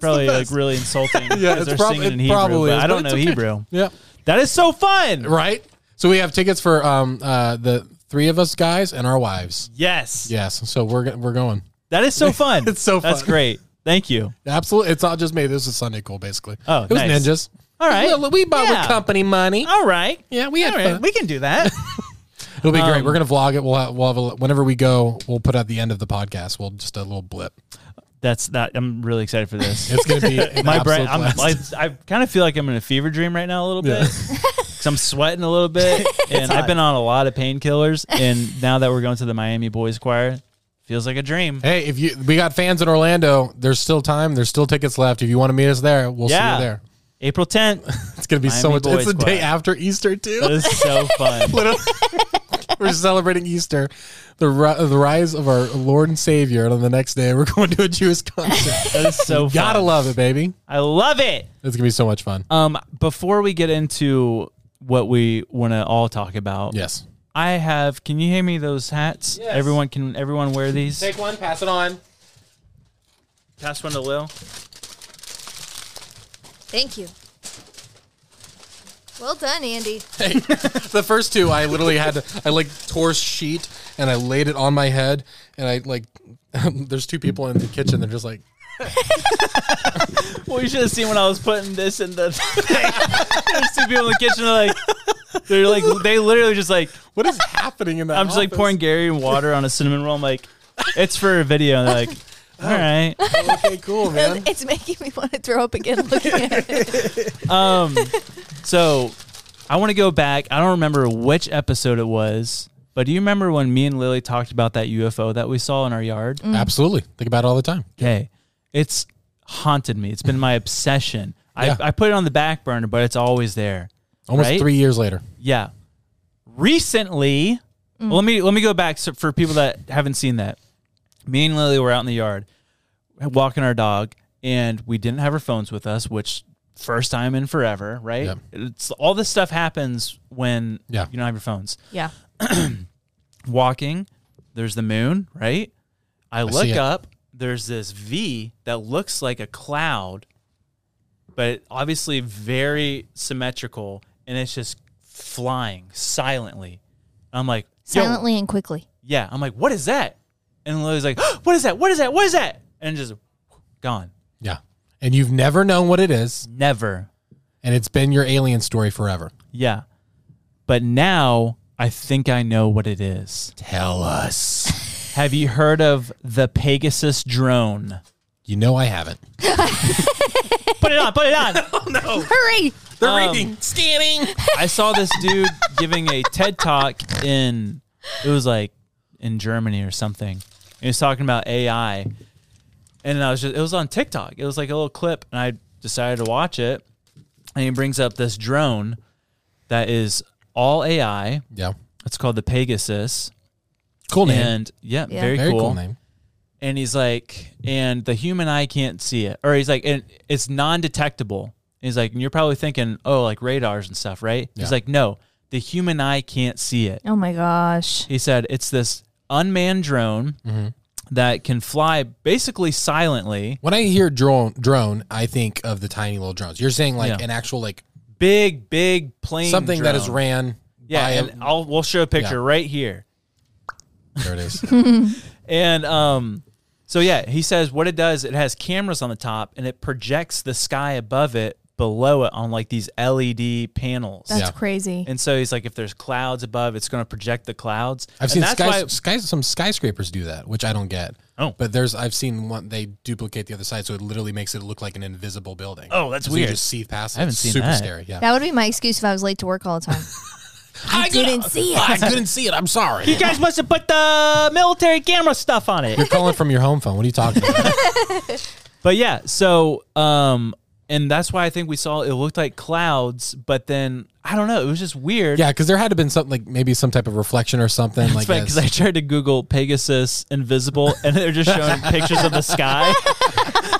B: Probably like really
A: <laughs>
B: insulting.
A: Yeah,
B: because
A: it's
B: they're
A: prob-
B: singing
A: it
B: in Hebrew,
A: probably
B: but
A: is, but
B: I don't
A: it's
B: know
A: okay.
B: Hebrew.
A: Yeah,
B: That is so fun.
A: right. So we have tickets for um uh the three of us guys and our wives.
B: Yes,
A: Yes. So we're go- we're going.
B: that
A: <laughs>
B: is so fun.
A: It's so
B: That's
A: fun.
B: great. Thank you.
A: Absolutely. It's not just me. This is Sunday cool, basically.
B: Oh,
A: it was
B: nice.
A: ninjas.
B: All right.
A: We, we bought
B: Yeah.
A: with company money.
B: All right.
A: Yeah, we had
B: All
A: fun.
B: right. We can do that.
A: It'll be great.
B: Um,
A: We're gonna vlog it. We'll have, we'll have a, whenever we go, we'll put at the end of the podcast. We'll just a little blip.
B: <laughs> That's that. I'm really excited for
A: <laughs>
B: this.
A: It's gonna
B: <laughs>
A: be an
B: my
A: absolute
B: brain. I'm,
A: blast.
B: I, I kind of feel like I'm in a fever dream right now a little bit. <laughs> Cause I'm sweating a little bit, and I've been on a lot of painkillers. And now that we're going to the Miami Boys Choir, feels like a dream.
A: hey, if you we got fans in Orlando, there's still time. There's still tickets left. If you want to meet us there, we'll
B: Yeah.
A: see you there.
B: April 10th.
A: It's gonna be so
B: Miami
A: much.
B: Boys
A: It's the day
B: Choir.
A: after Easter too. <laughs>
B: That is so fun.
A: Literally. <laughs> we're celebrating Easter, the ri- the rise of our Lord and Savior, and on the next day we're going to a Jewish
B: <laughs>
A: concert.
B: That is so fun.
A: Gotta love it, baby.
B: I love it.
A: It's gonna be so much fun.
B: Um, before we get into what we want to all talk about,
A: yes.
B: I have. Can you hear me? Those hats.
C: Yes.
B: Everyone can. Everyone wear these.
C: one, pass it on.
B: Pass one to Lil.
D: Thank you. Well done, Andy.
A: The first two, I literally had to, I like tore sheet and I laid it on my head. And I like, <laughs> there's two people in the kitchen. They're just like,
B: Well, you should have seen when I was putting
A: <laughs>
B: this in the thing. There's two people in the kitchen. They're like, they're like, they literally just like.
A: what is happening in that?
B: I'm just like
A: office?
B: pouring Gary water on a cinnamon roll. I'm like, it's for a video. And they're like,
A: Oh.
B: all right.
A: Okay, cool,
D: <laughs>
A: man.
D: <laughs> It's making me want to throw up again
B: <laughs>
D: looking at it.
B: Um, so I want to go back. I don't remember which episode it was, but do you remember when me and Lily talked about that UFO that we saw in our yard?
A: Mm. Absolutely. Think about it all the time.
B: Okay, it's haunted me. It's been my obsession.
A: Yeah.
B: I, I put it on the back burner, but it's always there.
A: Almost
B: Right?
A: three years later.
B: Yeah. Recently, well, let me let me go back so for people that haven't seen that. Me and Lily were out in the yard walking our dog, and we didn't have our phones with us, which first time in forever, right?
A: Yep.
B: It's all this stuff happens when
A: Yeah.
B: you don't have your phones.
D: Yeah.
B: <clears throat> Walking, there's the moon, right? I
A: see
B: look
A: it.
B: up, there's this V that looks like a cloud, but obviously very symmetrical, and it's just flying silently. I'm like, yo,
D: Silently and quickly.
B: yeah. I'm like, what is that? And Lily's like, <gasps> what is that? What is that? What is that? And just gone.
A: Yeah. And you've never known what it is.
B: Never.
A: And it's been your alien story forever.
B: Yeah. But now I think I know what it is.
A: Tell us.
B: Have you heard of the Pegasus drone?
A: You know I haven't.
B: Put it on, put it <laughs> on.
D: Hurry!
A: They're
B: Um,
A: reading. Scanning.
B: I saw this dude giving a TED talk in it was like in Germany or something. And he was talking about AI. And I was just it was on TikTok. It was like a little clip and I decided to watch it. And he brings up this drone that is all AI.
A: Yeah.
B: It's called the Pegasus.
A: Cool name.
B: And yeah,
D: Yeah.
B: Oh, Very,
A: Very
B: cool.
A: cool name.
B: And he's like, and the human eye can't see it. Or he's like, and it's non detectable. He's like, and you're probably thinking, oh, like radars and stuff, right?
A: Yeah.
B: He's like, no, the human eye can't see it.
D: Oh my gosh.
B: He said it's this unmanned drone
A: Mm-hmm.
B: that can fly basically silently.
A: When I hear drone, drone, I think of the tiny little drones. You're saying like
B: Yeah.
A: an actual like
B: Big, big plane.
A: something that is
B: drone.
A: ran.
B: Yeah,
A: by a-
B: and I'll we'll show a picture
A: Yeah.
B: right here.
A: <laughs> there it is.
B: And um, so yeah, he says what it does, it has cameras on the top and it projects the sky above it, below it on like these LED panels.
D: That's
A: Yeah.
D: crazy.
B: And so he's like, if there's clouds above, it's going to project the clouds.
A: I've
B: And
A: seen
B: that's
A: skies,
B: why-
A: skies, some skyscrapers do that, which I don't get.
B: Oh.
A: but there's I've seen one they duplicate the other side, so it literally makes it look like an invisible building.
B: Oh, that's
A: so
B: weird.
A: You just see past. It.
B: I haven't
A: It's
B: seen
A: super
B: that.
A: scary. Yeah,
D: That would be my excuse if I was late to work all
B: <laughs>
D: the time. I didn't see it.
A: I couldn't see it. I'm
D: <laughs>
A: sorry.
B: you guys must have put the military camera
A: <laughs>
B: stuff on it.
D: <laughs>
A: You're calling from your home phone. What are you talking about?
B: But yeah, so um, and that's why I think we saw it looked like clouds, but then I don't know. It was just weird.
A: Yeah, because there had to been something like maybe some type of reflection or something like
B: It's because
A: this.
B: I tried to Google Pegasus invisible, and they're just
A: <laughs>
B: showing pictures of the sky.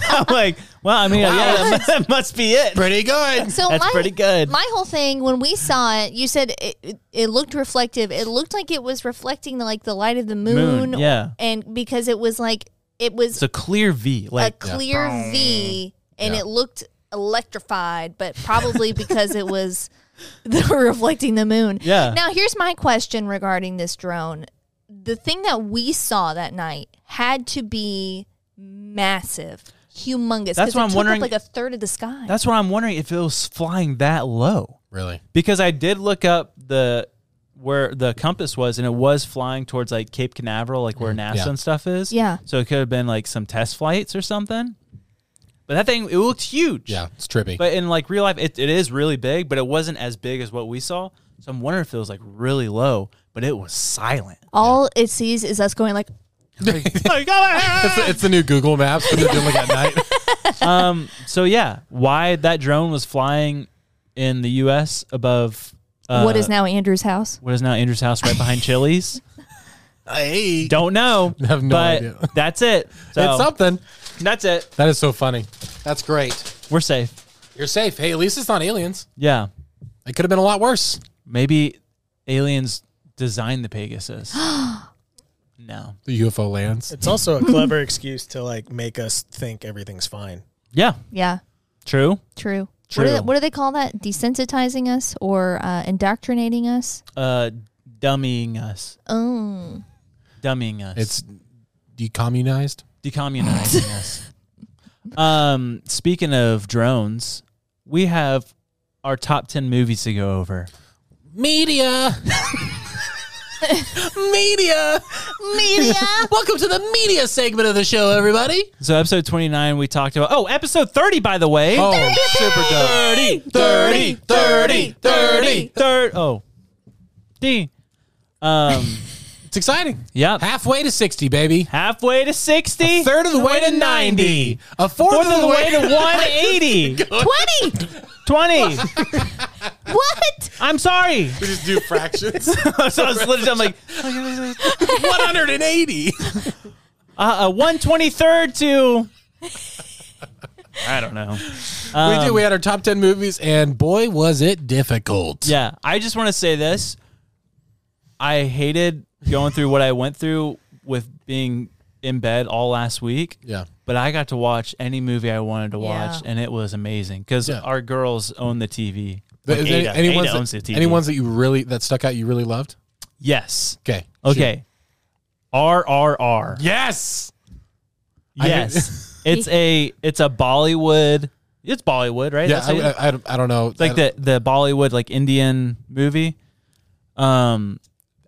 B: I'm like, well, I mean, yeah, that, mu- that must <laughs> be
A: <laughs>
B: it.
A: Pretty good.
D: So
B: That's
D: my,
B: pretty good.
D: My whole thing when we saw it, you said it, it, it looked reflective. It looked like it was reflecting the, like the light of the moon.
B: Moon, yeah.
D: and because it was like it was
B: It's a clear V.
D: a
B: Like,
D: clear V, and
A: Yeah.
D: it looked electrified, but probably because it was <laughs> they were reflecting the moon.
B: Yeah.
D: Now here's my question regarding this drone. The thing that we saw that night had to be massive, humongous.
B: That's
D: 'cause
B: what
D: it
B: I'm
D: took up,
B: wondering-
D: Like a third of the sky.
B: that's why I'm wondering if it was flying that low.
A: Really?
B: Because I did look up the where the compass was, and it was flying towards like Cape Canaveral, like where NASA
A: Mm-hmm. yeah.
B: and stuff is.
D: Yeah.
B: So it could have been like some test flights or something. But that thing, it looked huge.
A: Yeah, it's trippy.
B: But in like real life, it, it is really big, but it wasn't as big as what we saw. So I'm wondering if it was like really low, but it
A: <laughs>
B: was silent.
D: All it sees is us going like
A: <laughs> it's, the, it's the new Google Maps, but they're doing like at night. <laughs>
B: um, so yeah, why that drone was flying in the U.S. above uh,
D: what is now Andrew's house.
B: what is now Andrew's house right behind Chili's?
A: hey,
B: Don't know.
A: I <laughs> have no
B: but
A: idea.
B: <laughs> That's it. So
A: it's something.
B: that's it.
A: That is so funny. That's great.
B: We're safe.
A: You're safe. Hey, at least it's not aliens.
B: Yeah,
A: It could have been a lot worse.
B: maybe aliens designed the Pegasus. no.
A: The UFO lands.
F: It's also a clever excuse to like make us think everything's fine.
B: Yeah.
D: Yeah,
B: True.
D: true. What,
B: True.
D: do they, what do they call that? Desensitizing us or uh, indoctrinating us?
B: Uh, dummying us.
D: Oh,
B: Dummying us.
A: It's decommunized. <laughs>
B: decommunizing us. Um, speaking of drones, we have our top ten movies to go over.
A: Media. media.
D: media.
A: <laughs> Welcome to the media segment of the show, everybody.
B: So episode twenty nine, we talked about. Oh, episode thirty, by the way.
A: Oh,
B: super dope.
A: 30, 30, 30.
B: Third. Oh, D. Um,
A: It's exciting.
B: yeah.
A: Halfway to 60, baby.
B: Halfway to sixty.
A: A third of the way to 90. A fourth,
B: Fourth of the way to <laughs> 180.
D: Twenty.
B: 20.
D: <laughs> What?
B: I'm sorry.
A: We just do <laughs> fractions.
B: so <laughs> I was literally I'm like,
A: 180.
B: uh, uh, 123rd to. I don't know.
A: we did. We had our top 10 movies, and boy, was it difficult.
B: Yeah, I just want to say this. I hated going through what I went through with being in bed all last week.
A: Yeah.
B: But I got to watch any movie I wanted to watch,
D: Yeah.
B: and it was amazing because
A: Yeah.
B: our girls own the TV.
A: Th-
B: Like
A: is there
B: Ada.
A: any
B: Ada
A: ones
B: owns the
A: that,
B: TV.
A: any ones that you really, that stuck out you really loved?
B: Yes.
A: Okay.
B: Okay. RRR.
A: Yes. I heard- <laughs>
B: Yes. it's a it's a Bollywood. It's Bollywood, right?
A: Yeah,
B: That's
A: I,
B: what-
A: I, I, I don't know.
B: like
A: that.
B: the the Bollywood like Indian movie. Um,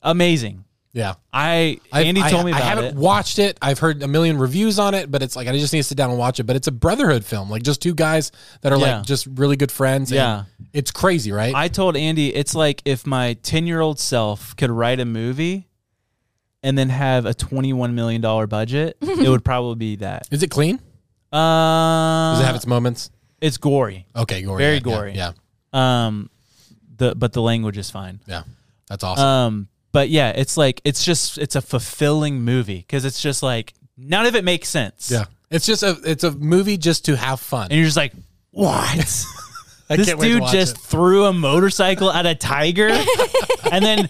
B: amazing.
A: Yeah.
B: I Andy told me about
A: I haven't
B: it.
A: watched it. I've heard a million reviews on it, but it's like I just need to sit down and watch it. But it's a brotherhood film, like just two guys that are
B: Yeah.
A: like just really good friends. and
B: Yeah.
A: it's crazy, right?
B: I told Andy it's like if my ten year old self could write a movie, and then have a twenty one million dollar budget, it would probably be that.
A: Is it clean?
B: Uh,
A: Does it have its moments?
B: it's gory.
A: Okay, gory.
B: very
A: yeah, yeah,
B: gory.
A: Yeah,
B: Um, the but the language is fine.
A: yeah, that's awesome.
B: Um, but yeah, it's like it's just it's a fulfilling movie because it's just like none of it makes sense.
A: yeah, it's just a it's a movie just to have fun.
B: and you're just like,
A: <laughs>
B: what?
A: I
B: this
A: can't wait to
B: dude
A: watch
B: just
A: it.
B: threw a motorcycle at a tiger and then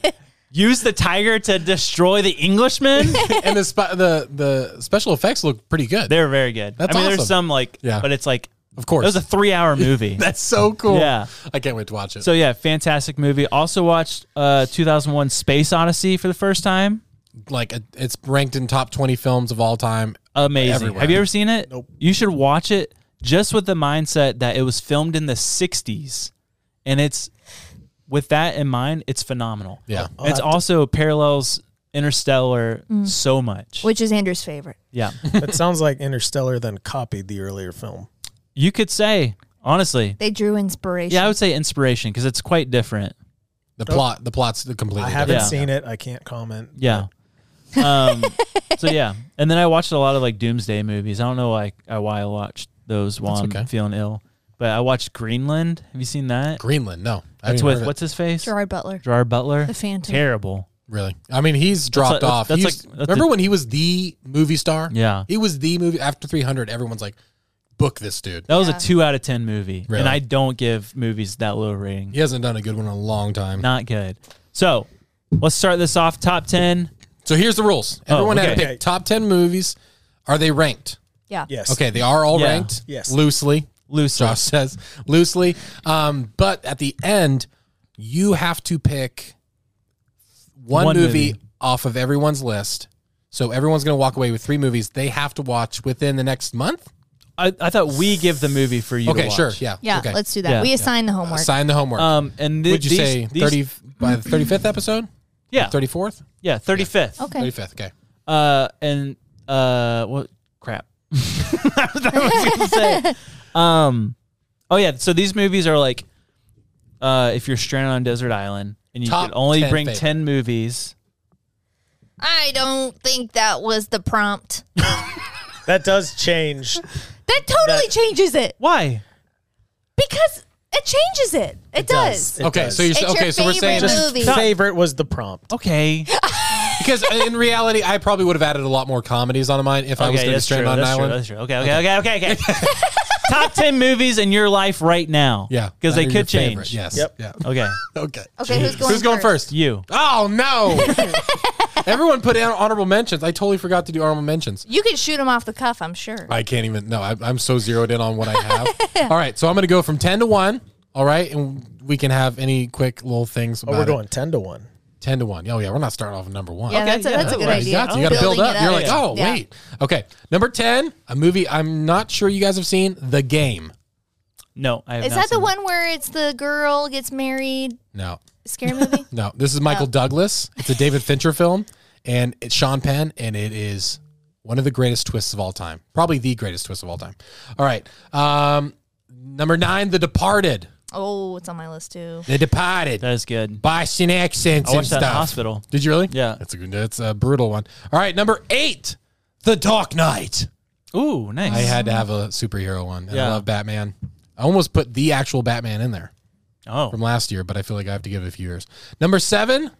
B: used the tiger to destroy the Englishman.
A: and the spe- the the special effects look pretty good.
B: They're very good.
A: That's
B: I mean,
A: awesome.
B: there's some like,
A: Yeah.
B: but it's like,
A: of
B: it
A: course,
B: was a
A: <laughs>
B: three hour movie.
A: that's so cool.
B: Yeah.
A: I can't wait to watch it.
B: so yeah, fantastic movie. Also watched uh, 2001 Space Odyssey for the first time.
A: like it- it's ranked in top twenty films of all time.
B: Amazing.
A: Everywhere.
B: Have you ever seen it?
F: Nope.
B: You should watch it just with the mindset that it was filmed in the 60s. And it's, with that in mind, it's phenomenal.
A: Yeah,
F: I'll
B: it's
F: have to- Mm.
B: also parallels Interstellar so much.
D: Which is Andrew's favorite.
B: Yeah.
F: <laughs> That sounds like Interstellar then copied the earlier film.
B: you could say, honestly.
D: They drew inspiration.
B: Yeah, I would say inspiration because it's quite different.
A: the plot the plot's completely.
F: I haven't
B: Yeah.
F: seen it. I can't comment.
B: Yeah. <laughs> Um, so yeah. And then I uh, watched a lot of like doomsday movies. I don't know why I, why I watched those while I'm
A: okay.
B: feeling ill. But I watched Greenland. Have you seen that?
A: Greenland, no. I haven't
B: That's
A: heard
B: with
A: of
B: what's his face?
D: Gerard Butler,
B: Gerard Butler.
D: the Phantom.
B: Terrible.
A: it, really. I mean, he's dropped
B: like- that's-
A: off.
B: that's
A: He
B: like-
A: used-
B: that's
A: remember
B: a-
A: when he was the movie star?
B: Yeah.
A: He was the movie after 300. Everyone's like, book this dude.
B: That was
D: Yeah.
B: a two out of ten movie,
A: Really?
B: and I don't give movies that low rating.
A: He hasn't done a good one in a long time.
B: Not good. So let's start this off. Top ten.
A: So here's the rules.
B: Oh,
A: Everyone had
B: okay.
A: to pick top 10 movies. Are they ranked?
D: Yeah.
F: Yes.
A: Okay, they are all
B: Yeah.
A: ranked.
F: Yes.
A: Loosely.
B: Loose.
A: Josh <laughs> says loosely. Um, but at the end, you have to pick one,
B: One
A: movie,
B: movie.
A: off of everyone's list. So everyone's going to walk away with three movies they have to watch within the next month.
B: I, I thought we give the movie for you. to
A: Okay,
B: watch.
A: sure. Yeah.
D: Yeah,
A: Okay.
D: let's do that.
B: Yeah.
D: we assign the homework.
A: Sign the homework.
B: Um, and th-
A: Would you
B: these-
A: say
B: these-
A: 30 by the 35th episode?
B: Yeah,
A: 34th?
B: yeah, thirty fifth.
D: okay.
A: 35th. Okay.
B: Uh, and uh, what crap? <laughs> That's what I was gonna
D: <laughs>
B: say. Um, oh yeah. So these movies are like, uh, if you're stranded on a desert island and you
A: Top
B: could only
A: 10
B: bring
A: favorites.
B: ten movies.
D: I don't think that was the prompt.
F: That does change.
D: That totally
F: That-
D: changes it
B: Why?
D: because it changes it. It, does.
F: It
A: okay,
F: does.
A: so you're
D: It's
A: okay.
D: your
A: so we're saying
D: favorite
F: just
D: movie.
F: favorite was the prompt.
B: Okay.
A: because in reality, I probably would have added a lot more comedies on mine if I was going
B: okay,
A: to
B: that's true.
A: strand on an
B: That's true.
A: island.
B: That's true. Okay. Okay. Okay.
A: <laughs>
B: Okay. okay. Top ten movies in your life right now.
A: Yeah,
B: because
A: that
B: they
A: are
B: could
A: your
B: change.
A: favorite. Yes.
F: Yep.
A: Yeah. <laughs>
B: Okay.
A: Okay.
D: Okay, who's going
A: Who's going first?
B: You.
A: Oh no!
D: <laughs>
A: Everyone put in honorable mentions. I totally forgot to do honorable mentions.
D: You can shoot him off the cuff, I'm sure.
A: I can't even. No, I, I'm so zeroed in on what I have.
D: <laughs>
A: All right, so I'm going to go from ten to one. All right, and we can have any quick little things. About
F: Oh, we're
A: it.
F: going ten to one.
A: ten to one. Oh yeah, we're not starting off with number one.
D: Yeah,
B: Okay,
D: that's a,
B: yeah,
D: that's a
B: that
D: good
B: works.
D: idea.
A: You got to, you got to build
D: Building
A: up.
D: it
A: You're like, oh
D: Yeah.
A: wait, okay. Number ten, a movie I'm not sure you guys have seen, The Game.
B: No. I have
D: Is
B: not
D: that the
B: seen
D: one where it's the girl gets married?
A: No, <laughs>
D: Scary movie?
A: no, this is Michael Douglas. It's a David Fincher film, and it's Sean Penn, and it is one of the greatest twists of all time. Probably the greatest twist of all time. All right, um, number nine, The Departed.
D: oh, it's on my list too.
A: The Departed.
B: That is good.
A: Boston accents
B: I
A: and
B: watched that
A: stuff.
B: in the hospital.
A: Did you really?
B: Yeah.
A: That's a good. That's a brutal one. All right, number eight, The Dark Knight.
B: Ooh, nice.
A: I had to have a superhero one. And I
B: Yeah.
A: love Batman. I almost put the actual Batman in there
B: oh.
A: from last year, but I feel like I have to give it a few years. Number seven,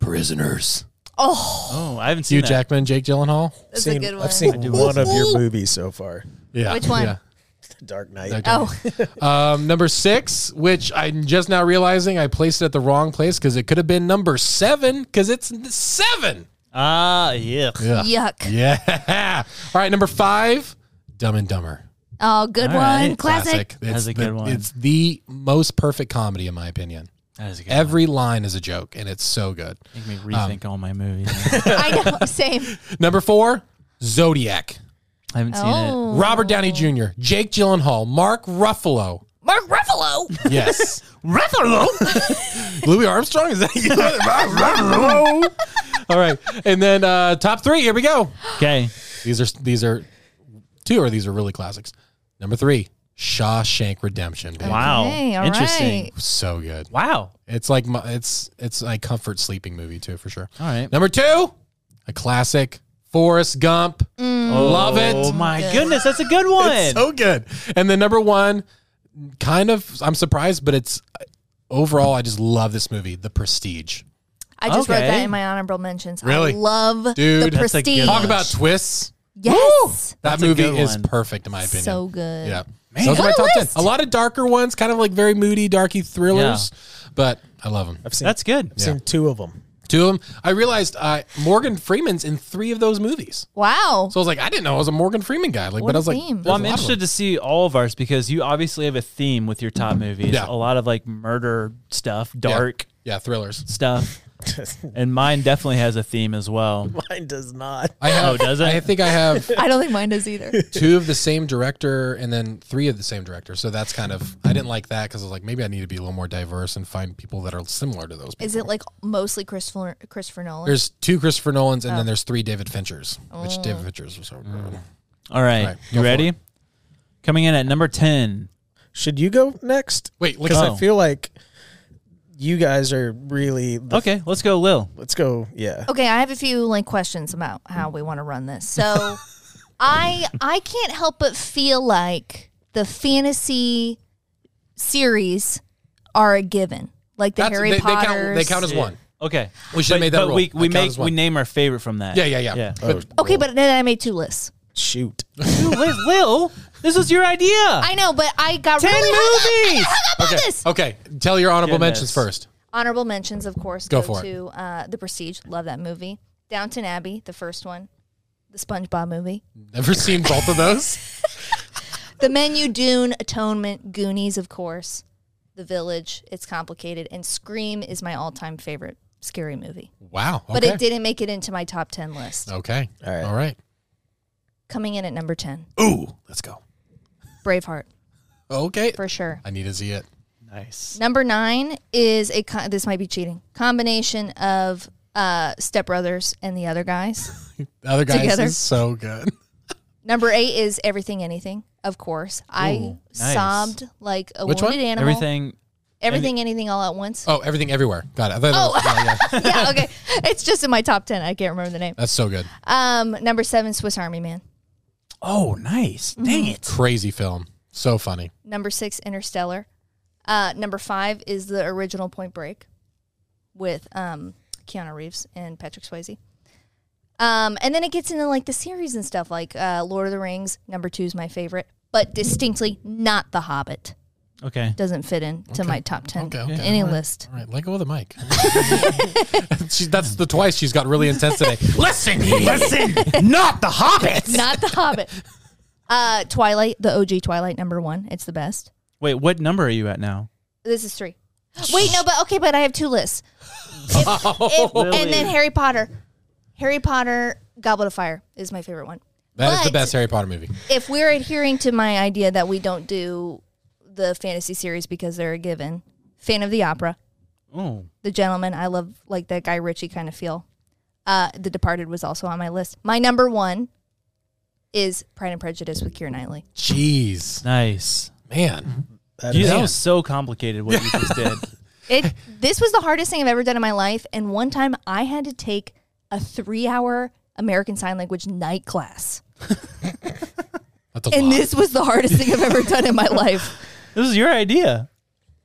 A: Prisoners.
B: Oh, I haven't seen
A: Hugh
B: that.
A: Jackman, Jake Gyllenhaal.
D: That's a
F: Seen-
D: good one.
F: I've seen
B: do
F: one of your movies so far.
A: Yeah.
D: Which one?
A: Yeah.
F: The Dark Knight.
A: Dark Knight.
D: Oh, <laughs>
A: Um, number six, which I'm just now realizing I placed it at the wrong place because it could have been number seven because it's n- seven.
B: Ah, yeah.
D: yuck.
A: Yeah. <laughs> All right. Number five, Dumb and Dumber.
D: Oh, good
B: All right.
D: one. Classic.
A: It's
B: That's a
A: the-
B: good one.
A: It's the most perfect comedy, in my opinion.
B: That is a good. one.
A: Every line is a joke, and it's so good.
B: Make me
A: Um,
B: rethink all my movies. I
D: I know. <laughs> Same.
A: Number four, Zodiac.
B: haven't seen it.
D: Oh.
A: Robert Downey Jr., Jake Gyllenhaal, Mark Ruffalo.
D: Mark
B: <laughs>
D: Ruffalo.
A: Yes. Ruffalo? <laughs> Louis Armstrong? Is that you? Mark Ruffalo. All right. And then uh, top three. Here we go.
B: Okay.
A: These are these are two or these are really classics. Number three, Shawshank Redemption. Baby.
B: Wow.
D: Okay, all
B: Interesting.
D: right.
A: So good.
B: Wow.
A: It's like my, it's it's a comfort sleeping movie too for sure.
B: All right.
A: Number two, a classic, Forrest Gump. Love it.
B: Oh my goodness, that's a good one.
A: It's so good. And then number one, kind of, I'm surprised, but it's overall, I just love this movie, The Prestige.
D: I just wrote that
B: Okay.
D: in my honorable mentions.
A: Really?
D: I
A: Dude,
D: love the
B: That's a good
D: prestige.
B: one.
A: Talk about twists.
D: yes.
A: That
B: That's a
A: movie
B: good
A: is
B: one.
A: perfect in my opinion.
D: So good.
A: Yeah. Those are
D: What
A: my
D: a
A: top
D: list.
A: ten. A lot of darker ones, kind of like very moody, darky thrillers, but I love them.
F: I've seen.
B: that's good.
F: I've seen two of them.
A: Two of them. I realized uh, Morgan Freeman's in three of those movies,
D: Wow.
A: so I was like, I didn't know I was a Morgan Freeman guy. Like,
D: What
A: but
D: a
A: I was like,
D: theme.
A: there's
B: Well, I'm
A: a lot of
B: interested
A: them. Mm-hmm.
B: to see all of ours because you obviously have a theme with your top movies.
A: Yeah.
B: A lot of like murder stuff,
A: Yeah.
B: dark
A: yeah, thrillers.
B: stuff. and mine definitely has a theme as well.
F: <laughs> Mine does not.
A: I have.
B: Oh, does it?
A: I think I have
D: I don't think mine
A: <laughs>
D: does either.
A: two of the same director and then three of the same director. So that's kind of I didn't like that because I was like maybe I need to be a little more diverse and find people that are similar to those. People.
D: Is it like mostly Christopher Christopher Nolan?
A: There's two Christopher Nolans
D: Oh.
A: and then there's three David Finchers, which David Finchers was so good.
B: Mm. All right.
A: All right, go
B: you
A: for
B: ready? Coming in at number 10.
F: Should you go next?
A: Wait, look
F: because
A: at
B: Oh.
F: I feel like you guys are really. The,
B: Okay, let's go Lil.
F: Let's go. Yeah.
D: okay, I have a few like questions about
A: <laughs>
D: how we want to run this. So I I can't help but feel like the fantasy series are a given, like the
A: That's-
D: Harry
A: they, they count-
D: Potters.
A: They count, as one.
B: Okay.
A: We should've
B: But-
A: made that
B: but
A: rule.
B: We, we
A: That count
B: make
A: as one.
B: we name our favorite from that.
A: Yeah, yeah, yeah.
B: Yeah.
A: But
D: okay, but then I made two lists.
F: Shoot.
B: Dude, Liz, Lil, this was your idea.
D: I know, but I got
B: Ten
D: really hung
B: movies.
D: up, <laughs> I got hung up on
A: okay,
D: this.
A: okay. Tell your honorable
B: Oh. Goodness.
A: mentions first.
D: Honorable mentions, of course,
A: Go
D: go,
A: for it.
D: to uh, The Prestige. Love that movie. Downton Abbey, the first one. The SpongeBob movie.
A: Never seen both of
B: <laughs>
A: those.
D: The Menu, Dune, Atonement, Goonies, of course. The Village, It's Complicated. And Scream is my all time favorite scary movie.
A: Wow. Okay.
D: But it didn't make it into my top 10 list.
A: Okay. All right.
F: right.
A: All right.
D: Coming in at number 10,
A: Ooh, let's go.
D: Braveheart,
A: Okay.
D: for sure.
A: I need to see it.
B: Nice.
D: Number nine is a, co- this might be cheating, combination of uh, Step Brothers and the other guys.
A: The other guys
D: Together.
A: is so good.
D: Number eight is everything, anything. Of course, I
B: nice.
D: sobbed like a
A: Which one?
D: wounded animal.
B: Everything.
D: everything, anything, all at once.
A: Oh, everything everywhere. Got it. I thought
D: Oh.
A: that was- yeah, yeah.
D: <laughs> yeah, okay. It's just in my top ten. I can't remember the name.
A: That's so good.
D: Um, number seven, Swiss Army Man.
B: Oh, nice. Dang it.
A: Crazy film. So funny.
D: Number six, Interstellar. Uh, number five is the original Point Break with um, Keanu Reeves and Patrick Swayze. Um, and then it gets into like the series and stuff, like uh, Lord of the Rings. Number two is my favorite, but distinctly not The Hobbit.
B: Okay.
D: Doesn't fit into my top ten
A: Okay, okay.
D: any list.
A: All right, let go of the mic. <laughs> she, that's the twice she's got really intense today. listen, listen, not the Hobbit.
D: Not
A: <laughs>
D: The Hobbit. Uh, Twilight, the OG Twilight number one. It's the best.
B: Wait, what number are you at now?
D: This is three. <gasps> Wait, no, but okay, but I have
A: <laughs>
D: two lists. If-
A: Oh,
D: if- and then Harry Potter. Harry Potter, Goblet of Fire is my favorite one.
A: That is the
D: But-
A: best Harry Potter movie.
D: If we're adhering to my idea that we don't do the fantasy series because they're a given, fan of the opera,
B: Oh,
D: the gentleman, I love like that Guy Ritchie kind of feel. Uh, the Departed was also on my list. My number one is Pride and Prejudice with Keira Knightley.
A: Jeez,
B: nice.
A: man.
F: That
B: You,
F: is-
B: that was so complicated what you just did.
D: It
A: <laughs>
D: this was the hardest thing I've ever done in my life, and one time I had to take a three-hour American Sign Language night class,
A: That's a
D: and
A: lot.
D: this was the hardest thing I've ever done in my life.
B: <laughs> This is your idea.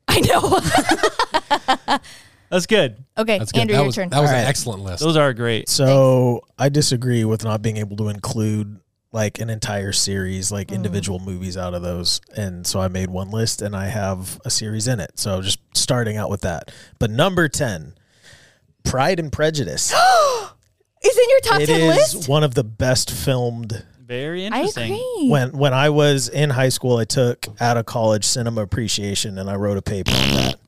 D: I know. <laughs>
B: That's good.
D: okay,
A: That's good.
D: Andrew,
A: that
D: your
A: was,
D: turn.
A: That was an
F: Alright.
A: excellent list.
B: Those are great.
F: So I disagree with not being able to include like an entire series,
D: Hmm.
F: like individual movies out of those. And so I made one list and I have a series in it. So just starting out with that. But number 10, Pride and
D: <gasps>
F: Prejudice.
D: Is in your top
F: <laughs> it
D: ten
F: is
D: list?
F: one of the best filmed
B: Very
D: I
B: interesting.
D: agree.
F: when when I was in high school, I took out of college cinema appreciation, and I wrote a paper on that.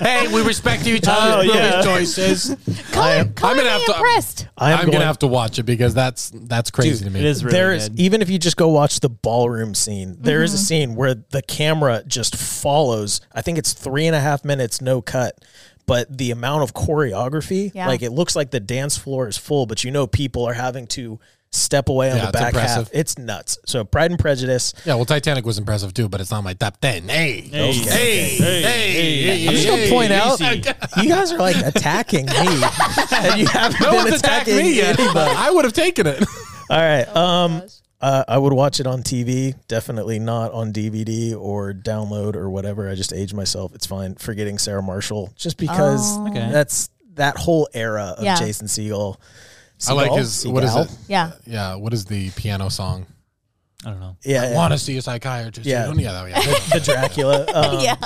A: hey, we respect
F: <laughs>
A: each other's
B: Oh,
A: movie
B: yeah.
A: choices.
D: Color, color
A: I'm gonna
D: me
A: have to-
D: impressed.
F: I
A: I'm,
F: going-
A: gonna have to watch it because that's that's crazy to me.
B: It is really
F: there is
B: good.
F: even if you just go watch the ballroom scene, there is
A: Mm-hmm.
F: a scene where the camera just follows. I think it's three and a half minutes, no cut. But the amount of choreography,
D: Yeah.
F: like it looks like the dance floor is full, but you know people are having to step away on
A: Yeah,
F: the
A: it's
F: back
A: impressive.
F: half. It's nuts. So Pride and Prejudice.
A: Yeah, well, Titanic was impressive too, but it's not my top ten. Hey, hey, hey, hey. hey,
F: I'm just gonna
A: hey,
F: point out <laughs>
A: easy.
F: you guys are like
A: <laughs>
F: attacking me, and you haven't
A: No
F: been
A: one's attacked
F: attacking
A: me yet.
F: anybody.
A: <laughs> I would have taken it.
F: All right.
D: Oh,
F: um, uh, I would watch it on TV. Definitely not on DVD or download or whatever. I just age myself. It's fine. Forgetting Sarah Marshall, just because
B: Okay.
F: that's that whole era of
D: Oh. Yeah.
F: Jason Segel.
A: I like
F: Segel?
A: his. What is
F: Segel?
A: it?
D: Yeah.
A: Yeah, what is the piano song?
B: I don't know.
F: Yeah, yeah.
A: Want to see a psychiatrist?
F: Uh, Yeah.
A: You don't- yeah, that-
F: <laughs>
A: yeah.
F: the Dracula. Um,
D: <laughs> Yeah.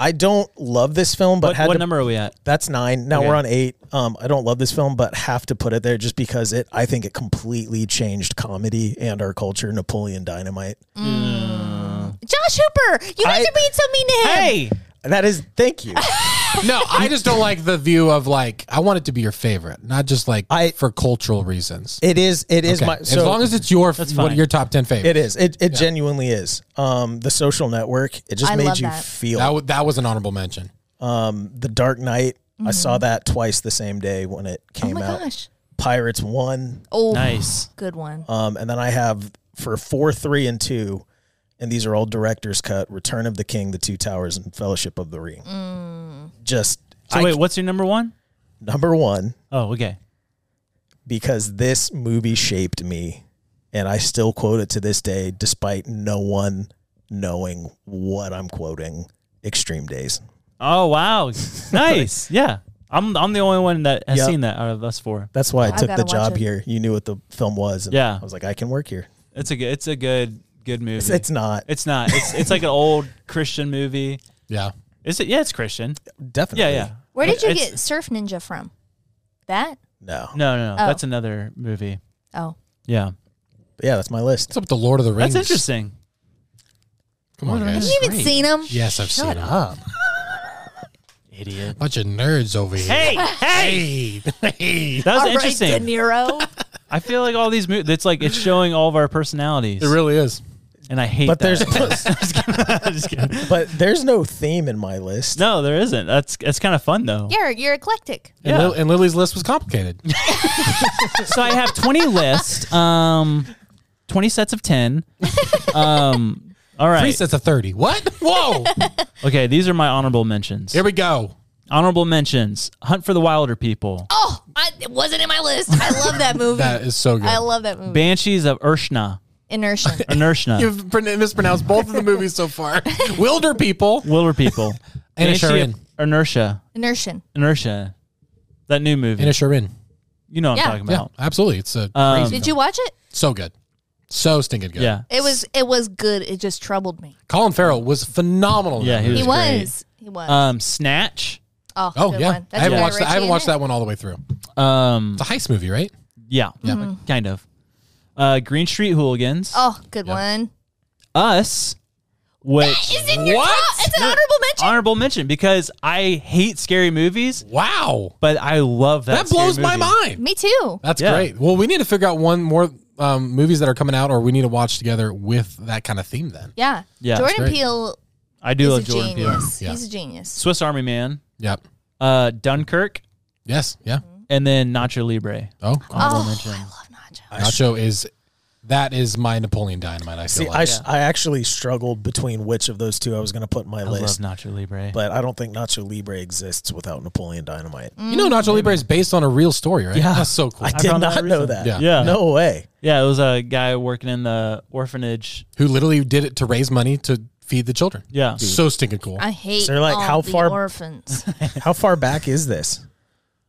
F: I don't love this film, but
B: What,
F: had
B: what
F: to,
B: number are we at?
F: That's nine. Now
B: Okay.
F: we're on eight. Um, I don't love this film, but have to put it there just because it. I think it completely changed comedy and our culture. Napoleon Dynamite.
D: Josh Hooper, you guys
F: I-
D: are being so mean to him.
F: That is.
A: <laughs>
F: Thank you.
A: no, I just don't like the view of like I want it to be your favorite, not just like
F: I-
A: for cultural reasons.
F: It is. It is
A: Okay.
F: my.
A: as long as it's your f- what
B: fine.
A: your top ten favorite.
F: It is. It, it genuinely is. Um, the social network. It just
D: I
F: made
D: love
F: you
D: that.
F: feel
A: That w- that was an honorable mention.
F: the Dark Knight. I saw that twice the same day when it
D: Mm-hmm. Oh
F: came
D: my
F: out.
D: gosh.
F: Pirates one,
D: Oh,
B: Nice.
D: good one.
F: um, and then I have for four, three, and two, and these are all director's cut: Return of the King, The Two Towers, and Fellowship of the Ring.
D: Mm.
F: Just
B: So
F: I-
B: wait, what's your number one?
F: number one
B: Oh, okay.
F: because this movie shaped me and I still quote it to this day, despite no one knowing what I'm quoting. Extreme Days.
B: Oh <laughs> wow, nice. yeah, I'm I'm the only one that has
F: Yep.
B: seen that out of us four.
F: That's why I
D: I've
F: took
D: gotta
F: the
D: watch
F: job
D: it.
F: here. You knew what the film was. and
B: Yeah.
F: I was like, I can work here.
B: It's a good. It's a good good movie.
F: It's, it's not
B: It's not. It's it's like an old Christian movie.
A: Yeah.
B: Is it? Yeah, it's Christian.
F: definitely.
B: Yeah, yeah.
D: Where did you
B: It's-
D: get Surf Ninja from? That?
F: No.
B: No, no, no.
D: Oh.
B: That's another movie.
D: Oh,
B: Yeah,
F: But yeah, that's my list.
A: What's up with the Lord of the Rings?
B: that's interesting.
A: Come on,
D: you
A: guys.
D: haven't
B: great.
D: seen him.
A: Yes, I've seen it.
F: <laughs> up.
B: Idiot.
A: Bunch of nerds over here.
B: Hey, <laughs> hey.
A: hey.
B: That was
D: All right,
B: interesting.
D: De Niro.
B: I feel like all these movies. It's like it's showing all of our personalities,
A: It really is.
B: and I hate.
F: But
B: that.
A: <laughs>
F: there's
B: Just kidding.
F: <laughs> but there's no theme in my list.
B: no, there isn't. That's that's kind of fun though.
D: you're you're eclectic.
A: And,
B: Yeah.
A: Lil- and Lily's list was complicated.
B: so I have 20 lists, um, 20 sets of
D: <laughs>
B: 10. Um, all
A: Three
B: right.
A: sets of 30. What?
B: <laughs>
A: Whoa.
B: Okay, these are my honorable mentions.
A: here we go.
B: Honorable mentions Hunt for the Wilder People,
D: Oh, I, it wasn't in my list. I love that movie.
A: That is so good.
D: I love that movie.
B: Banshees of Urshna,
D: Inertia.
A: <laughs>
B: Inershna,
A: You've pron- mispronounced both of the movies so <laughs> far. Wilder people. <laughs>
B: Wilder People,
A: Anna
B: Banshee
A: Sharon.
B: of Inertia,
D: Inertia.
B: Inertia, that new movie.
A: And a Sharin.
B: you know what
D: Yeah.
B: I'm talking
A: Yeah,
B: about.
A: absolutely. It's a
B: Um,
A: crazy
D: Did
A: film.
D: you watch it?
A: so good. So stinking good.
B: Yeah.
D: It was it was good. It just troubled me.
A: Colin Farrell was phenomenal. in
B: Yeah,
A: that
B: he
A: movie.
D: He
B: was great.
D: was. He was.
B: Um, Snatch.
D: oh,
A: Oh
D: good
A: yeah,
D: one.
A: I haven't
D: Guy
A: watched that. I
D: Ritchie,
A: haven't
D: isn't
A: watched
D: it?
A: that one all the way through.
B: Um,
A: It's a heist movie, right?
B: yeah.
A: Yeah.
B: Kind of. Uh, Green Street Hooligans.
D: Oh, good one.
B: Us, which
D: It's in your
A: What?
D: top. It's an honorable mention.
B: honorable mention because I hate scary movies,
A: Wow,
B: but I love that.
A: that blows my
B: scary movie.
A: mind.
D: Me too.
A: That's
B: Yeah.
A: great. Well, we need to figure out one more um, movies that are coming out, or we need to watch together with that kind of theme. Then,
D: Yeah.
B: Yeah, that's
D: Jordan
A: great.
D: Peele
B: I do
D: is a
B: love Jordan Peele.
D: genius.
A: Yeah.
D: He's a genius.
B: Swiss Army Man,
A: yep.
B: uh, Dunkirk,
A: Yes. Yeah.
B: and then Nacho Libre.
A: Oh, cool.
B: Honorable
D: Oh,
B: mention.
D: I love Nacho.
A: Nacho is that is my Napoleon Dynamite. I feel
F: See,
A: like
F: I, s- I actually struggled between which of those two I was going to put in my
B: I love
F: list,
B: Nacho Libre.
F: but I don't think Nacho Libre exists without Napoleon Dynamite.
A: you know Nacho Libre is based on a real story, right?
B: Yeah.
A: That's so cool.
F: I did
B: found that
F: not know
B: recently.
F: that.
A: Yeah.
B: Yeah.
F: No way.
B: yeah, it was a guy working in the orphanage.
A: Who literally did it to raise money to feed the children?
B: Yeah,
A: So stinking cool.
D: I hate
F: So, like,
D: all
F: how
D: the
F: far- <laughs>
D: orphans.
F: How far back is this?
A: <laughs>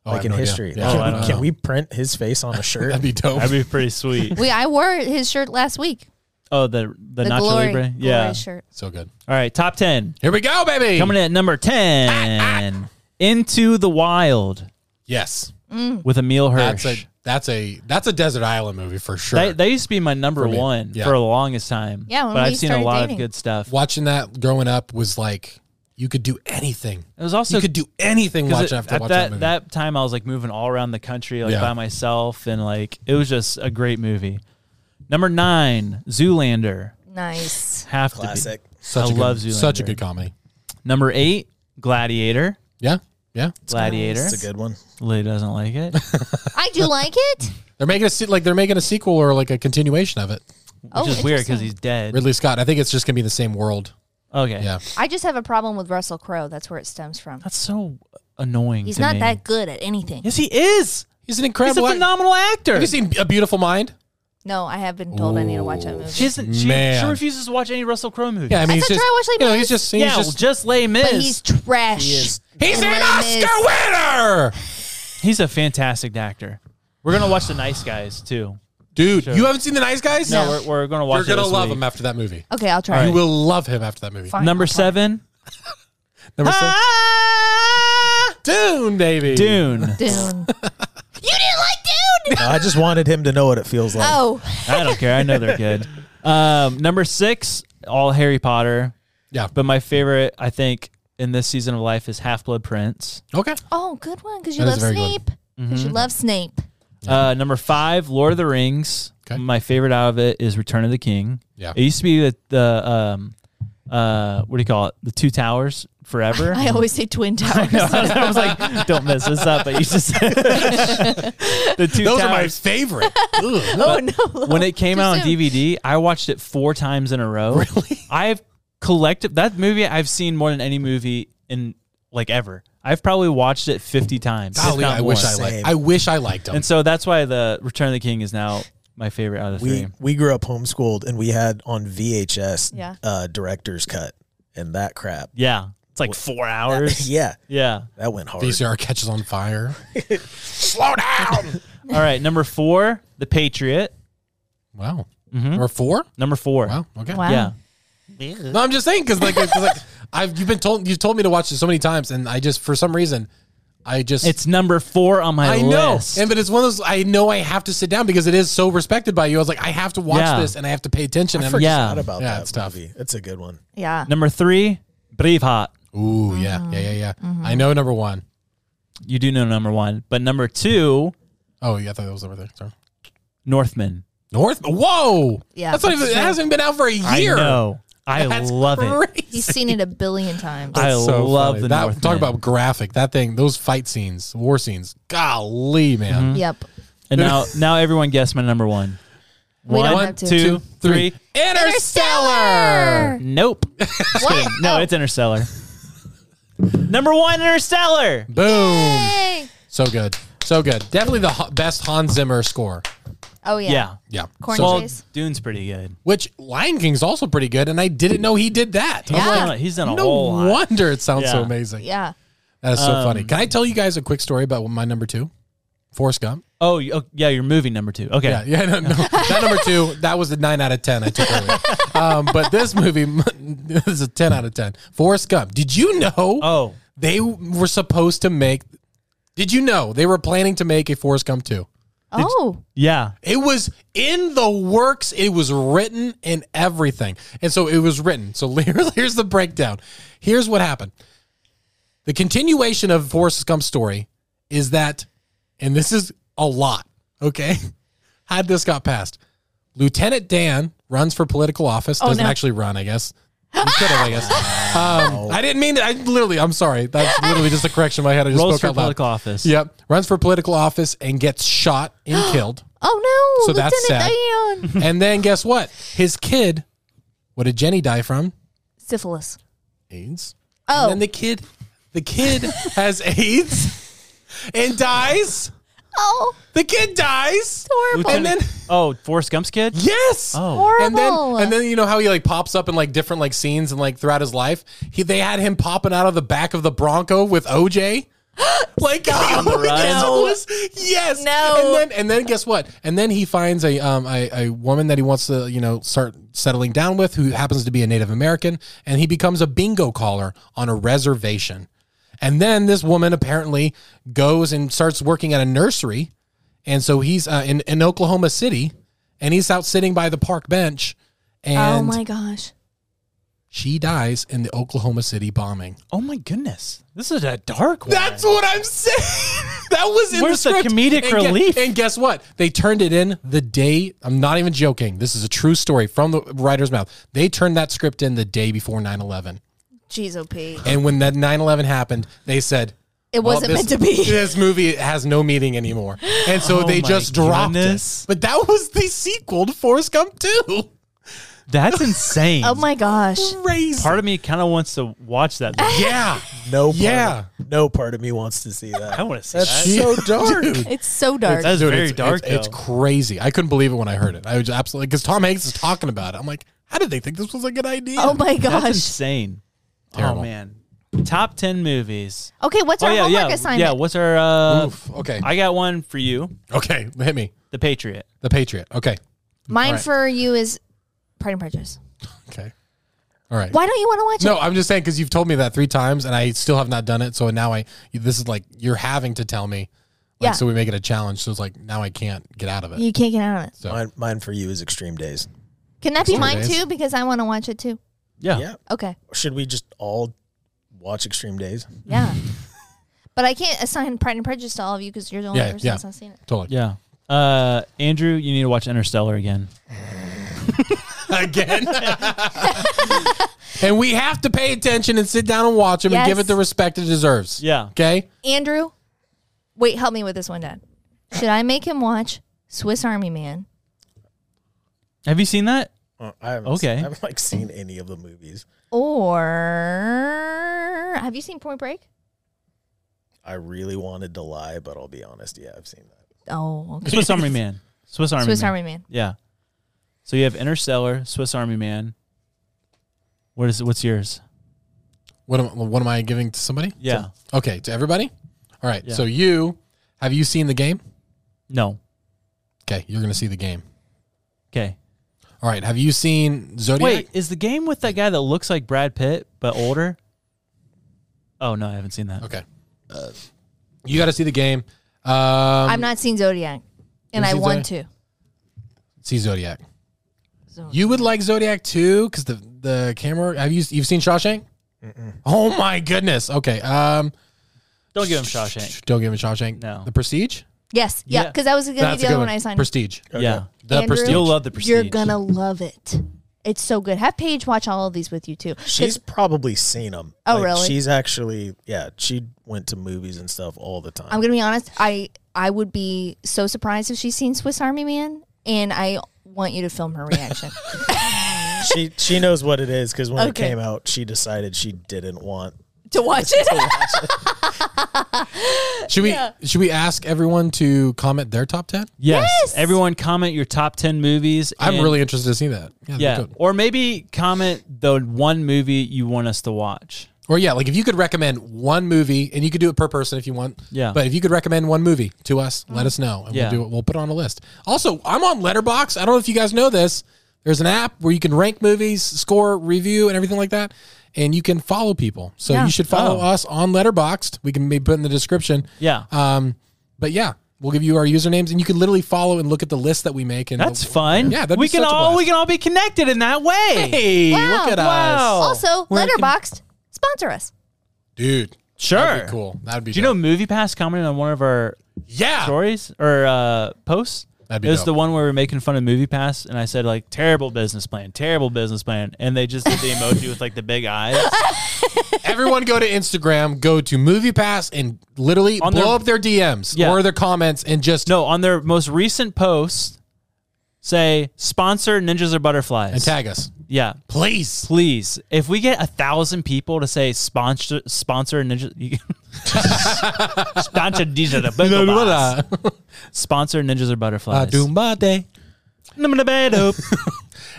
A: Oh, I
F: Like
A: have
F: in
A: no idea.
F: history.
A: Yeah.
B: Oh, I
F: Can,
B: don't
F: can
B: know.
F: we print his face on a
A: <laughs>
F: shirt?
A: That'd be dope.
B: that'd be
A: <laughs>
B: pretty sweet.
D: we I wore his shirt last week.
B: oh, the the,
D: The
B: Nacho
D: glory,
B: Libre.
D: glory
B: Yeah.
D: shirt.
A: so good.
B: All right, top ten
A: Here we go, baby.
B: coming in at number
D: Ah,
B: ten. Into the Wild
A: Yes.
B: with Emil
A: That's
B: Hirsch.
A: a that's a that's a desert island movie for sure.
B: That, that used to be my number
A: me,
B: one
A: yeah.
B: for the longest time.
D: Yeah, when
B: but
D: we
B: I've seen a
D: started
B: lot
D: dating.
B: of good stuff.
A: Watching that growing up was like you could do anything.
B: It was also
A: you could do anything
B: 'Cause
A: watch
B: it-
A: after
B: at
A: watch
B: that,
A: that, movie.
B: that time I was like moving all around the country like
A: Yeah.
B: by myself and like it was just a great movie. Number nine, Zoolander.
D: Nice.
B: Have
F: Classic.
B: to be.
A: such
B: I
A: a good,
B: love Zoolander.
A: such a good comedy.
B: Number eight, Gladiator.
A: Yeah. Yeah.
B: Gladiator.
F: It's a good
A: <laughs>
F: one.
B: Lily doesn't like
F: <laughs>
B: it.
D: I do like it.
A: They're making a se- like they're making a sequel or like a continuation of it.
D: Oh,
B: <laughs> which is weird because
D: interesting.
B: he's dead.
A: Ridley Scott. I think it's just gonna be the same world.
B: Okay.
A: Yeah.
D: I just have a problem with Russell Crowe. That's where it stems from.
B: That's so annoying.
D: He's
B: to
D: not
B: me.
D: that good at anything.
B: Yes, he is.
A: He's an
B: He's a
A: incredible. act-
B: phenomenal actor.
A: Have you seen A Beautiful Mind?
D: No, I have been told I need to watch that movie.
B: She, isn't, she, she
A: Man.
B: refuses to watch any Russell Crowe movies.
A: Yeah, I mean, he's
D: said
A: just,
D: try watch Les
A: you know,
D: Mis.
A: he's just, he's
B: yeah, well,
A: just,
B: just Les Mis.
D: but he's trash.
A: he's
D: and
A: an
D: Les
A: Oscar
D: Mis.
A: winner.
B: He's a fantastic actor. We're gonna watch The Nice Guys too.
A: Dude, you haven't seen The Nice Guys?
B: No, we're, we're gonna
A: You're
B: watch.
A: gonna
B: it this
A: love
B: week.
A: him after that movie.
D: Okay, I'll try.
A: You will love him after that movie.
D: Fine,
B: Number
D: I'll try.
B: seven, Ah!
A: Number seven. Dune, baby.
B: Dune.
D: Dune. Ah! you didn't like Dune.
F: No, I just wanted him to know what it feels like.
D: Oh,
B: I don't care. I know they're
D: <laughs>
B: good. Um, number six, all Harry Potter.
A: Yeah.
B: But my favorite, I think, in this season of life is Half Blood Prince.
A: Okay.
D: oh, good one because you
A: That
D: love
A: is a very good
D: Snape. Because you love Snape.
B: Uh, number five, Lord of the Rings.
A: Okay.
B: My favorite out of it is Return of the King.
A: Yeah.
B: It used to be the, the um, uh, what do you call it? The Two Towers forever.
D: I always say
A: <laughs>
D: Twin
B: <laughs>
D: Towers.
B: I was like, don't mess this up. But you just <laughs> the two
A: Those are my <laughs>
B: towers.
D: <laughs>
A: favorite. Ugh.
D: <laughs> oh no!
B: when it came
D: Too
B: out on
D: soon.
B: DVD, I watched it four times in a row. Really? I've collected that movie. I've seen more than any movie in like ever. I've probably watched it fifty times. if
A: Golly,
B: not
A: I wish
B: more.
A: I liked. <laughs>
F: Same.
A: I wish I liked him.
B: And so that's why the Return of the King is now my favorite out of
F: we
B: three.
F: we grew up homeschooled and we had on VHS
D: Yeah.
F: uh, director's cut and that crap. <laughs>
B: Yeah, it's like
A: <laughs>
B: four hours.
F: yeah,
B: yeah.
F: that went hard.
A: VCR catches on fire.
C: Slow down.
B: All right, number four, The Patriot.
A: Wow.
B: Mm-hmm.
A: Number four.
B: Number four.
A: Wow. Okay.
D: Wow.
B: Yeah.
A: No, I'm just saying because like, 'cause, like I've you've been told you've told me to watch it so many times, and I just for some reason, I just
B: It's number four on my
A: I know,
B: list.
A: and but it's one of those I know I have to sit down because it is so respected by you. I was like, I have to watch
B: Yeah.
A: this and I have to pay attention. and
B: forget-
F: Forgot
B: Yeah.
F: about
A: Yeah,
F: that
A: it's tough.
F: movie. It's a good one.
D: Yeah.
B: number three, Braveheart.
A: Ooh, yeah, yeah, yeah, yeah.
D: Mm-hmm.
A: I know number one.
B: You do know number one, but number two,
A: Oh, yeah, I thought that was over there. Sorry.
B: Northman.
A: North. Whoa.
D: Yeah,
A: That's not even. It hasn't been out for a year.
B: I know. I
A: That's
B: love it.
A: crazy.
D: He's seen it a billion times.
B: I
A: So
B: love
A: funny.
B: the
A: that.
B: Northman.
A: Talk about graphic. That thing. Those fight scenes, war scenes. Golly,
B: Mm-hmm.
A: man.
D: yep.
B: And now, now everyone guess my number one.
D: We don't have to.
B: two, three.
A: Interstellar. <laughs>
B: Nope. Just
D: What?
B: kidding. No,
D: Oh.
B: it's Interstellar. number one, Interstellar.
A: Boom.
D: Yay.
A: So good. So good. Definitely the ho- best Hans Zimmer score.
D: Oh yeah.
B: Yeah.
A: Yeah.
D: Corn
A: So-
B: Well,
D: Chase.
B: Dune's pretty good.
A: which Lion King's also pretty good, and I didn't know he did that. I'm
B: He's
D: Yeah.
B: done a- He's done a
A: like, no
B: whole lot.
A: wonder it sounds so
B: Yeah. Um,
A: amazing.
D: Yeah.
A: That is so funny. Can I tell you guys a quick story about my number two? Forrest Gump.
B: Oh, you- oh, yeah, you're moving number two. Okay.
A: Yeah, yeah,
B: <laughs>
A: no, no. that number two, that was the nine out of ten I took earlier. um, but this movie, <laughs> this is a ten out of ten. Forrest Gump. Did you know?
B: Oh,
A: they were supposed to make. Did you know they were planning to make a Forrest Gump two?
D: Oh.
B: yeah.
A: It was in the works. It was written and everything. And so it was written. So <laughs> here's, here's the breakdown. Here's what happened. The continuation of Forrest Gump's story is that, and this is a lot, okay? <laughs> Had this got passed, Lieutenant Dan runs for political office. Doesn't
D: no.
A: actually run, I guess. He could have, I guess. Um, I didn't mean it. I literally, I'm sorry. That's literally just a correction in my head. I just
B: Rolls
A: spoke
B: for
A: out loud.
B: political office.
A: Yep. Runs for political office and gets shot and killed.
D: Oh no.
A: So that's <laughs>
D: Lieutenant Dan.
A: And then guess what? His kid, what did Jenny die from?
D: Syphilis.
A: AIDS. And
D: Oh.
A: then the kid, the kid has AIDS and dies.
D: oh.
A: The kid dies.
D: Horrible.
A: And then
B: Oh, Forrest Gump's kid?
A: yes.
B: Oh.
D: Horrible.
A: And then and then you know how he like pops up in like different like scenes and like throughout his life. He they had him popping out of the back of the Bronco with OJ. Like <laughs> on the
B: run?
A: yes,
D: No.
A: and then and then guess what? And then he finds a um a, a woman that he wants to you know start settling down with, who happens to be a Native American, and he becomes a bingo caller on a reservation. And then this woman apparently goes and starts working at a nursery, and so he's uh, in in Oklahoma City, and he's out sitting by the park bench,
D: oh
A: and
D: my gosh.
A: she dies in the Oklahoma City bombing.
B: Oh my goodness. This is a dark one.
A: That's what I'm saying. <laughs> that was in
B: Where's
A: the
B: the
A: script.
B: comedic
A: and gue-
B: relief?
A: and guess what? They turned it in the day. I'm not even joking. This is a true story from the writer's mouth. They turned that script in the day before 9/11.
D: Jeez, OP.
A: And when that 9/11 happened, they said
D: It
A: well,
D: wasn't
A: this-
D: meant to be.
A: <laughs> This movie has no meaning anymore, and so
B: Oh
A: they
B: my
A: just dropped
B: goodness.
A: it. But that was the sequel to Forrest Gump 2.
B: That's insane.
D: <laughs> Oh my gosh.
A: Crazy.
B: Part of me kind of wants to watch
D: <laughs>
B: that.
A: <laughs>
B: I
A: yeah.
F: No, part
A: Yeah.
F: of, no part of me wants to see that.
B: want to see
F: That's
B: that.
F: so dark.
D: It's so dark.
B: That's
A: Dude,
B: very
A: it's,
B: dark.
A: It's, it's
B: though.
A: crazy. I couldn't believe it when I heard it. I was absolutely because Tom Hanks is talking about it. I'm like, how did they think this was a good idea?
D: oh
A: <laughs>
D: my
B: That's
D: gosh.
B: insane.
A: Terrible.
B: Oh man. Top ten movies.
D: Okay, what's
B: oh
D: our
B: yeah,
D: homework
B: yeah,
D: assignment?
B: yeah. What's our? Uh,
A: Oof. Okay.
B: I got one for you.
A: okay. Hit me.
B: The Patriot.
A: The Patriot. Okay.
D: Mine
A: Alright.
D: for you is Pride and Prejudice.
A: Okay. All right.
D: Why don't you want to watch it?
A: No, I'm just saying because you've told me that three times and I still have not done it. So now I, this is like you're having to tell me. Like,
D: Yeah.
A: So we make it a challenge. So it's like now I can't get out of it.
D: You can't get out of it.
F: Mine, mine for you is Extreme Days.
D: Can that be
A: Sure,
D: mine
A: it is.
D: too? Because I want to watch it too.
B: Yeah.
F: Yeah.
D: Okay.
F: Should we just all watch Extreme Days?
D: Yeah. <laughs> but I can't assign Pride and Prejudice to all of you because you're the only
A: Yeah,
D: person
A: yeah.
D: that's not seen it.
A: Totally.
B: Yeah. Uh, Andrew, you need to watch Interstellar again.
A: Again. and we have to pay attention and sit down and watch him
D: Yes.
A: and give it the respect it deserves.
B: Yeah.
A: Okay.
D: Andrew, wait, help me with this one, Dad. Should I make him watch Swiss Army Man?
B: Have you seen that?
F: Uh, I haven't
B: Okay.
F: I haven't like seen any of the movies.
D: Or have you seen Point Break?
F: I really wanted to lie, but I'll be honest. Yeah, I've seen that.
D: Oh, okay.
B: Swiss Army Man. <laughs> Swiss Army.
D: Swiss
B: Man.
D: Army Man.
B: Yeah. So you have Interstellar, Swiss Army Man. What is it? What's yours?
A: What am, what am I giving to somebody?
B: Yeah.
A: Okay, to everybody. All right.
B: Yeah.
A: So you have you seen the game?
B: No.
A: Okay, you're gonna see the game.
B: Okay.
A: All right. Have you seen Zodiac?
B: Wait, is the game with that guy that looks like Brad Pitt but older? Oh no, I haven't seen that.
A: Okay. you got to see the game. Um,
D: I've not seen Zodiac, and I
A: haven't seen
D: want to.
A: see Zodiac.
D: Zodiac.
A: You would like Zodiac too, because the the camera. Have you you've seen Shawshank? Oh my goodness. Okay. Um,
B: Don't give him Shawshank.
A: don't give him Shawshank.
B: No.
A: The Prestige.
D: Yes, yeah,
B: Yeah.
D: because that was going to be
A: a
D: the
A: good
D: other one I signed.
A: Prestige.
B: Yeah.
A: The
D: Andrew?
A: Prestige.
B: You'll love the prestige.
D: You're gonna love it. It's so good. Have Paige watch all of these with you too. 'Cause-
F: She's probably seen them.
D: Oh, really?
F: She's actually, yeah, she went to movies and stuff all the time.
D: I'm gonna be honest. I I would be so surprised if she's seen Swiss Army Man, and I want you to film
A: <laughs>
D: her reaction.
F: <laughs> she she knows what it is because when
D: Okay.
F: it came out, she decided she didn't want.
D: to watch it.
A: Should we should we ask everyone to comment their top ten?
B: Yes. Everyone comment your top 10 movies.
A: I'm
B: and-
A: really interested to see that. Yeah. that'd be
B: Yeah.
A: good.
B: Or maybe comment the one movie you want us to watch.
A: Or yeah, like if you could recommend one movie, and you could do it per person if you want.
B: Yeah.
A: But if you could recommend one movie to us, let us know, and
B: Yeah.
A: we'll do it. We'll put it on a list. Also, I'm on Letterbox. I don't know if you guys know this. There's an app where you can rank movies, score, review, and everything like that, and you can follow people. So
D: Yeah.
A: you should follow
B: Oh.
A: us on Letterboxd. We can maybe put in the description.
B: Yeah.
A: Um, but yeah, we'll give you our usernames, and you can literally follow and look at the list that we make. And
B: That's fun.
A: Yeah, that'd
B: we
A: be
B: can
A: such a
B: all we
A: blast.
B: can all be connected in that way.
A: Hey,
D: Wow.
A: look at us,
B: Wow.
D: also,
B: We're in-
D: Letterboxed sponsor us.
A: dude.
B: Sure.
A: Cool. That'd be.
B: Do you know
A: dope.
B: MoviePass commented on one of our
A: Yeah.
B: stories or uh, posts?
A: That'd be
B: it was
A: dope.
B: the one where we are making fun of MoviePass, and I said like terrible business plan, terrible business plan, and they just did the emoji <laughs> with like the big eyes.
A: <laughs> Everyone go to Instagram, go to Movie Pass, and literally
B: On
A: blow
B: their-
A: up their DMs
B: Yeah.
A: or their comments and just
B: No, on their most recent post, say sponsor ninjas or butterflies.
A: and tag us.
B: yeah,
A: Please.
B: please. If we get a thousand people to say sponsor sponsor ninja, <laughs> you- sponsor ninjas
A: <laughs>
B: or butterflies. sponsor ninjas or butterflies.
A: Ah, Adumbate.
B: Number-a-ba-dope.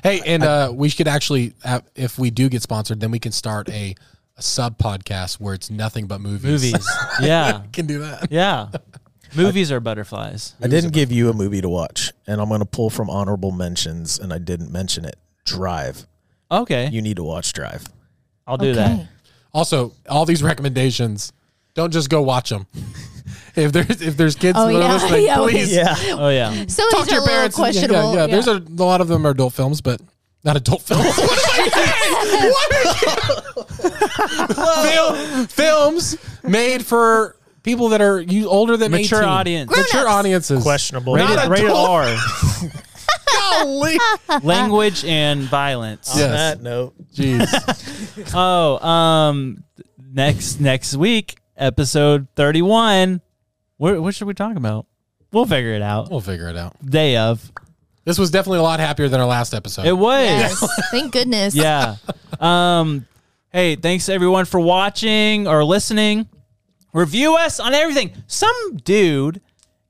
A: Hey, and uh, we should actually, uh, if we do get sponsored, then we can start a, a sub podcast where it's nothing but <laughs> movies.
B: Movies. Yeah.
A: <laughs> can do that.
B: Yeah. Movies are butterflies.
F: I didn't give you a movie to watch, and I'm gonna pull from honorable mentions, and I didn't mention it. Drive.
B: Okay.
F: You need to watch Drive.
B: I'll do that.
A: Also, all these recommendations, don't just go watch them. <laughs> if there's if there's kids
D: Oh,
A: that are
D: yeah.
A: listening,
D: <laughs> Yeah, we-
A: please
F: Yeah.
B: <laughs> Oh, yeah.
D: Some of
A: talk
D: these
A: to your
D: are a little
A: parents. and- yeah,
D: questionable.
A: Yeah, yeah, There's a, a lot of them are adult films, but not adult
D: <laughs>
A: films. <laughs> what am I saying? Fil- films made for people that are you older than
B: Mature
A: 18.
B: audience.
A: Mature
D: Grown-ups.
A: audiences.
F: Questionable.
B: Rated,
A: Not
B: rated
A: adult.
B: R.
A: <laughs> Golly.
B: Language and violence.
F: On
A: yes.
F: that note,
B: <laughs>
A: Jeez.
B: Oh, um, next next week, episode thirty-one. What, what should we talk about? We'll figure it out.
A: We'll figure it out.
B: Day of.
A: This was definitely a lot happier than our last episode.
B: It was.
D: Yes.
A: <laughs>
D: Thank goodness.
B: yeah. Um, hey, thanks everyone for watching or listening. Review us on everything. Some dude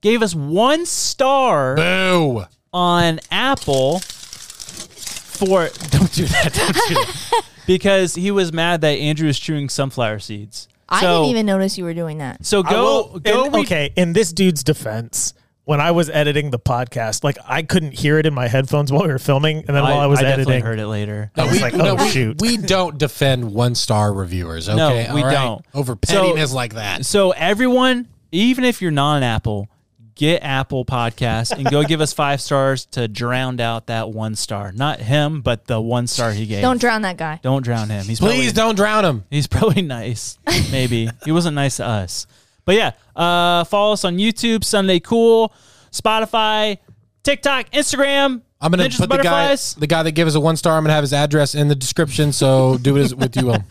B: gave us one star
A: Boo.
B: on Apple for <laughs> don't do that, don't do
D: <laughs>
B: that. because he was mad that Andrew was chewing sunflower seeds.
D: I
B: So-
D: didn't even notice you were doing that.
B: So
F: I
B: go
F: will-
B: go
F: in-
B: read-
F: okay, in this dude's defense, when I was editing the podcast, like I couldn't hear it in my headphones while we were filming, and then while I was
B: definitely
F: editing,
B: heard it later.
F: I was
A: We-
F: like,
A: no,
F: "Oh
A: we-
F: shoot!"
A: We don't defend one star reviewers, okay?
B: No,
A: All
B: we
A: right?
B: don't.
A: Over
B: So-
A: pettiness like that.
B: So everyone, even if you're not an Apple, get Apple Podcast and
A: <laughs>
B: go give us five stars to drown out that one star. Not him, but the one star he gave.
D: Don't drown that guy.
B: Don't drown him. He's
A: Please
B: probably,
A: don't drown him.
B: He's probably nice. Maybe he wasn't nice to us. But yeah, uh, follow us on YouTube, Sunday Cool, Spotify, TikTok, Instagram.
A: I'm gonna
B: Ninjas
A: put the guy,
B: Butterflies.
A: the guy that gave us a one star. I'm gonna have his address in the description. So do it as, with you will.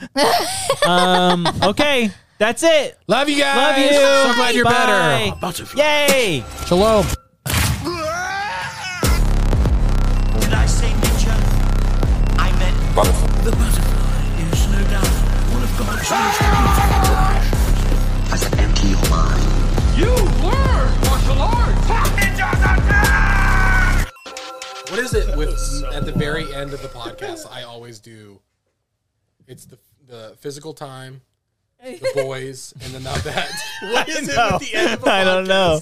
B: Um, okay,
A: <laughs>
B: that's it.
A: <laughs> Love you guys.
B: Love you.
A: So glad you're
B: Bye.
E: Butterfly.
B: Yay.
A: better. Shalom.
E: Did I say ninja? I meant butterfly. The butterfly is no doubt one of God's most beautiful Has an empty mind. You were martial arts. Ninjas are dead!
A: What is it with at the very end of the podcast? I always do. It's the the physical time, the boys, and then not that. What is it
B: know.
A: <laughs> with the end of a podcast?
B: I don't know.